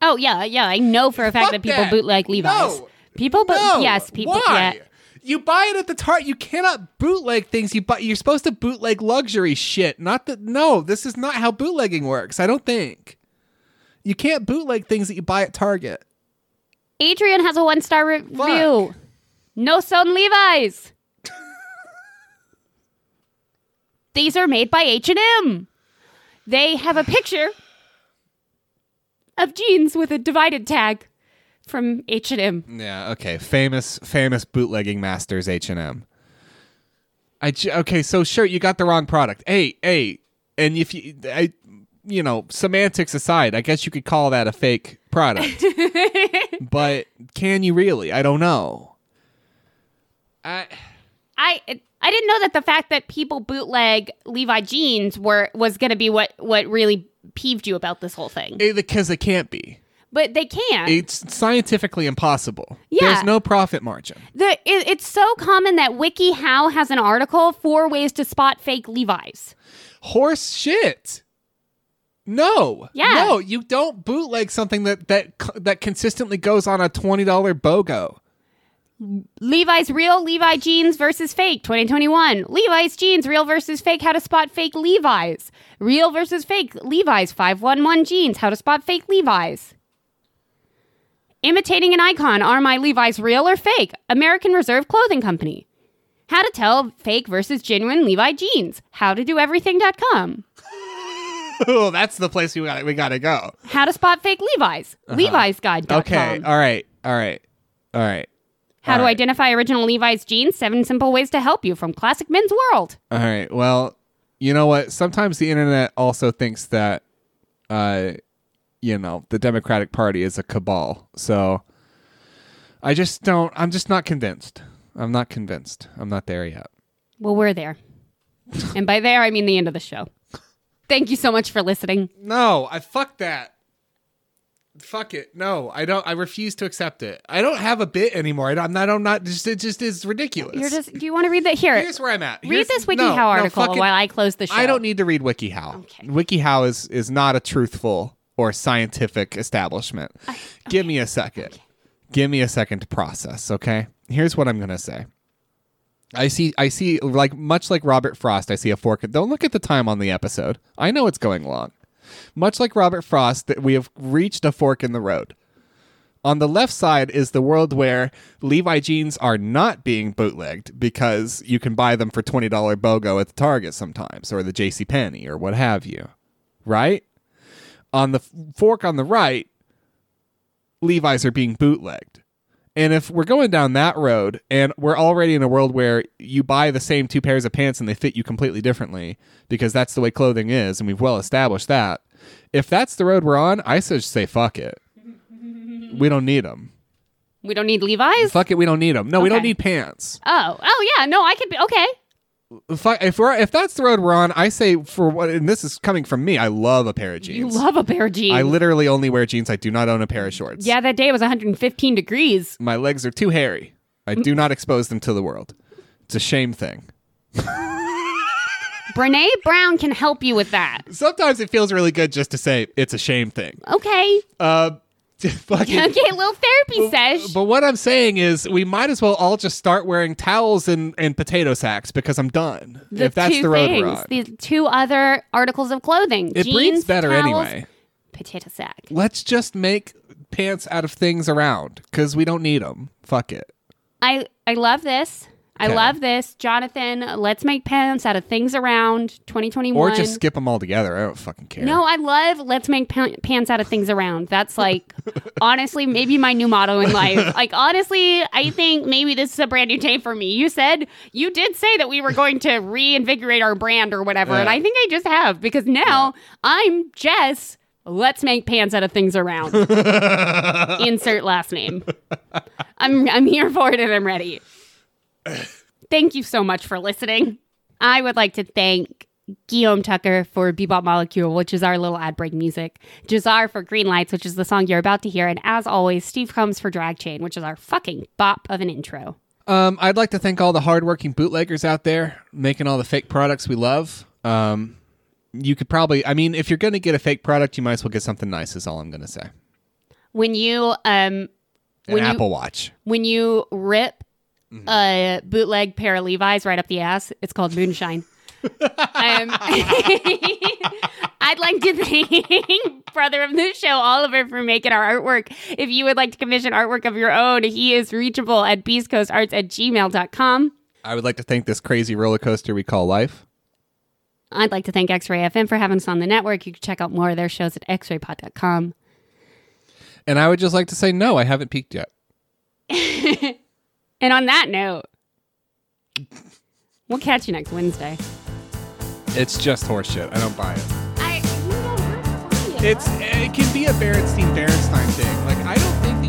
Speaker 2: Oh yeah, yeah. I know for a
Speaker 1: Fuck
Speaker 2: fact that people
Speaker 1: that.
Speaker 2: bootleg Levi's.
Speaker 1: No.
Speaker 2: People, but
Speaker 1: No.
Speaker 2: yes, people.
Speaker 1: Why?
Speaker 2: Yeah.
Speaker 1: You buy it at the Target. You cannot bootleg things. You buy. You're supposed to bootleg luxury shit. Not that. No, this is not how bootlegging works. I don't think. You can't bootleg things that you buy at Target.
Speaker 2: Adrian has a one star review. No sewn Levi's. These are made by H and M. They have a picture of jeans with a divided tag from H and M.
Speaker 1: Yeah. Okay. Famous, famous bootlegging masters H and M. I j- okay. So sure, you got the wrong product. Hey, hey, and if you, I, you know, semantics aside, I guess you could call that a fake product. but can you really? I don't know. I.
Speaker 2: I I didn't know that the fact that people bootleg Levi jeans were was going to be what what really peeved you about this whole thing.
Speaker 1: Because it can't be.
Speaker 2: but they can.
Speaker 1: It's scientifically impossible.
Speaker 2: Yeah.
Speaker 1: There's no profit margin.
Speaker 2: The, it, it's so common that WikiHow has an article four ways to spot fake Levi's.
Speaker 1: horse shit. No.
Speaker 2: Yeah.
Speaker 1: No, you don't bootleg something that that co- that consistently goes on a twenty dollar BOGO.
Speaker 2: Levi's real Levi jeans versus fake 2021. Levi's jeans real versus fake. How to spot fake Levi's. Real versus fake Levi's 511 jeans. How to spot fake Levi's. Imitating an icon. Are my Levi's real or fake? American Reserve Clothing Company. How to tell fake versus genuine Levi jeans. How to do everything.com.
Speaker 1: oh, that's the place we got we got to go.
Speaker 2: How to spot fake Levi's. Levi's guide.com.
Speaker 1: Okay. All right. All right. All right.
Speaker 2: How to
Speaker 1: All right.
Speaker 2: identify original Levi's jeans, seven simple ways to help you from Classic Men's World.
Speaker 1: All right. Well, you know what? Sometimes the internet also thinks that, uh, you know, the Democratic Party is a cabal. So I just don't. I'm just not convinced. I'm not convinced. I'm not there yet.
Speaker 2: Well, we're there. and by there, I mean the end of the show. Thank you so much for listening.
Speaker 1: No, I fuck that. Fuck it. No, I don't. I refuse to accept it. I don't have a bit anymore. I don't, I'm not. I'm not. Just, it just is ridiculous.
Speaker 2: You're just. Do you want to read that? Here,
Speaker 1: Here's where I'm at.
Speaker 2: read
Speaker 1: Here's-
Speaker 2: this WikiHow
Speaker 1: no, no,
Speaker 2: article
Speaker 1: fuck it.
Speaker 2: while I close the show.
Speaker 1: I don't need to read WikiHow.
Speaker 2: Okay.
Speaker 1: WikiHow is is not a truthful or scientific establishment. Give me a second. Give me a second to process, okay? Here's what I'm going to say. I see I see like much like Robert Frost, I see a fork. Don't look at the time on the episode. I know it's going long. Much like Robert Frost, that we have reached a fork in the road. On the left side is the world where Levi jeans are not being bootlegged because you can buy them for $20 BOGO at the Target sometimes or the JCPenney or what have you, right? On the f- fork on the right, Levi's are being bootlegged. And if we're going down that road and we're already in a world where you buy the same two pairs of pants and they fit you completely differently because that's the way clothing is and we've well established that, if that's the road we're on, I should say fuck it. We don't need them.
Speaker 2: We don't need Levi's.
Speaker 1: Fuck it, we don't need them. No, we don't
Speaker 2: Okay.
Speaker 1: need pants.
Speaker 2: Oh, oh yeah. No, I could be okay.
Speaker 1: Fuck, if we're if that's the road we're on, I say for what. And this is coming from me. I love a pair of
Speaker 2: You
Speaker 1: jeans.
Speaker 2: love a pair of jeans.
Speaker 1: I literally only wear jeans. I do not own a pair of shorts.
Speaker 2: yeah, that day it was 115 degrees.
Speaker 1: my legs are too hairy. I
Speaker 2: Mm.
Speaker 1: do not expose them to the world. It's a shame thing.
Speaker 2: Brene Brown can help you with that.
Speaker 1: Sometimes it feels really good just to say it's a shame thing.
Speaker 2: Okay.
Speaker 1: Uh, fucking.
Speaker 2: Okay, a little therapy sesh.
Speaker 1: But what I'm saying is, we might as well all just start wearing towels and, and potato sacks because I'm done.
Speaker 2: The
Speaker 1: if that's
Speaker 2: two
Speaker 1: the road
Speaker 2: things,
Speaker 1: we're on,
Speaker 2: the two other articles of clothing.
Speaker 1: it
Speaker 2: jeans,
Speaker 1: breathes better
Speaker 2: towels,
Speaker 1: anyway.
Speaker 2: Potato sack.
Speaker 1: let's just make pants out of things around because we don't need them. Fuck it.
Speaker 2: I I love this. I
Speaker 1: Okay.
Speaker 2: love this, Jonathan. Let's make pants out of things around 2021.
Speaker 1: Or just skip them all together. I don't fucking care.
Speaker 2: No, I love let's make pa- pants out of things around. That's like, honestly, maybe my new motto in life. Like, honestly, I think maybe this is a brand new day for me. You said, you did say that we were going to reinvigorate our brand or whatever. And
Speaker 1: Yeah.
Speaker 2: I think I just have because now I'm Jess. Let's make pants out of things around. Insert last name. I'm, I'm here for it and I'm ready. Thank you so much for listening. I would like to thank Guillaume Tucker for Bebop Molecule, which is our little ad break music, Jazar for Green Lights, which is the song you're about to hear, and as always, Steve Combs for Drag Chain, which is our fucking bop of an intro.
Speaker 1: Um, I'd like to thank all the hardworking bootleggers out there making all the fake products we love. Um, you could probably, I mean, if you're going to get a fake product, you might as well get something nice, is all I'm going to say.
Speaker 2: When you um
Speaker 1: An
Speaker 2: When you-
Speaker 1: Apple Watch.
Speaker 2: when you rip a bootleg pair of Levi's right up the ass, it's called moonshine. um, I'd like to thank brother of the show Oliver for making our artwork. If you would like to commission artwork of your own, he is reachable at beastcoastarts at gmail.com.
Speaker 1: I would like to thank this crazy roller coaster we call life.
Speaker 2: I'd like to thank X-Ray FM for having us on the network. You can check out more of their shows at xraypod.com.
Speaker 1: And I would just like to say, no, I haven't peaked yet.
Speaker 2: And on that note, we'll catch you next Wednesday.
Speaker 1: It's just horseshit. I don't buy it.
Speaker 2: I,
Speaker 1: It's It can be a Berenstein Berenstein thing. Like, I don't think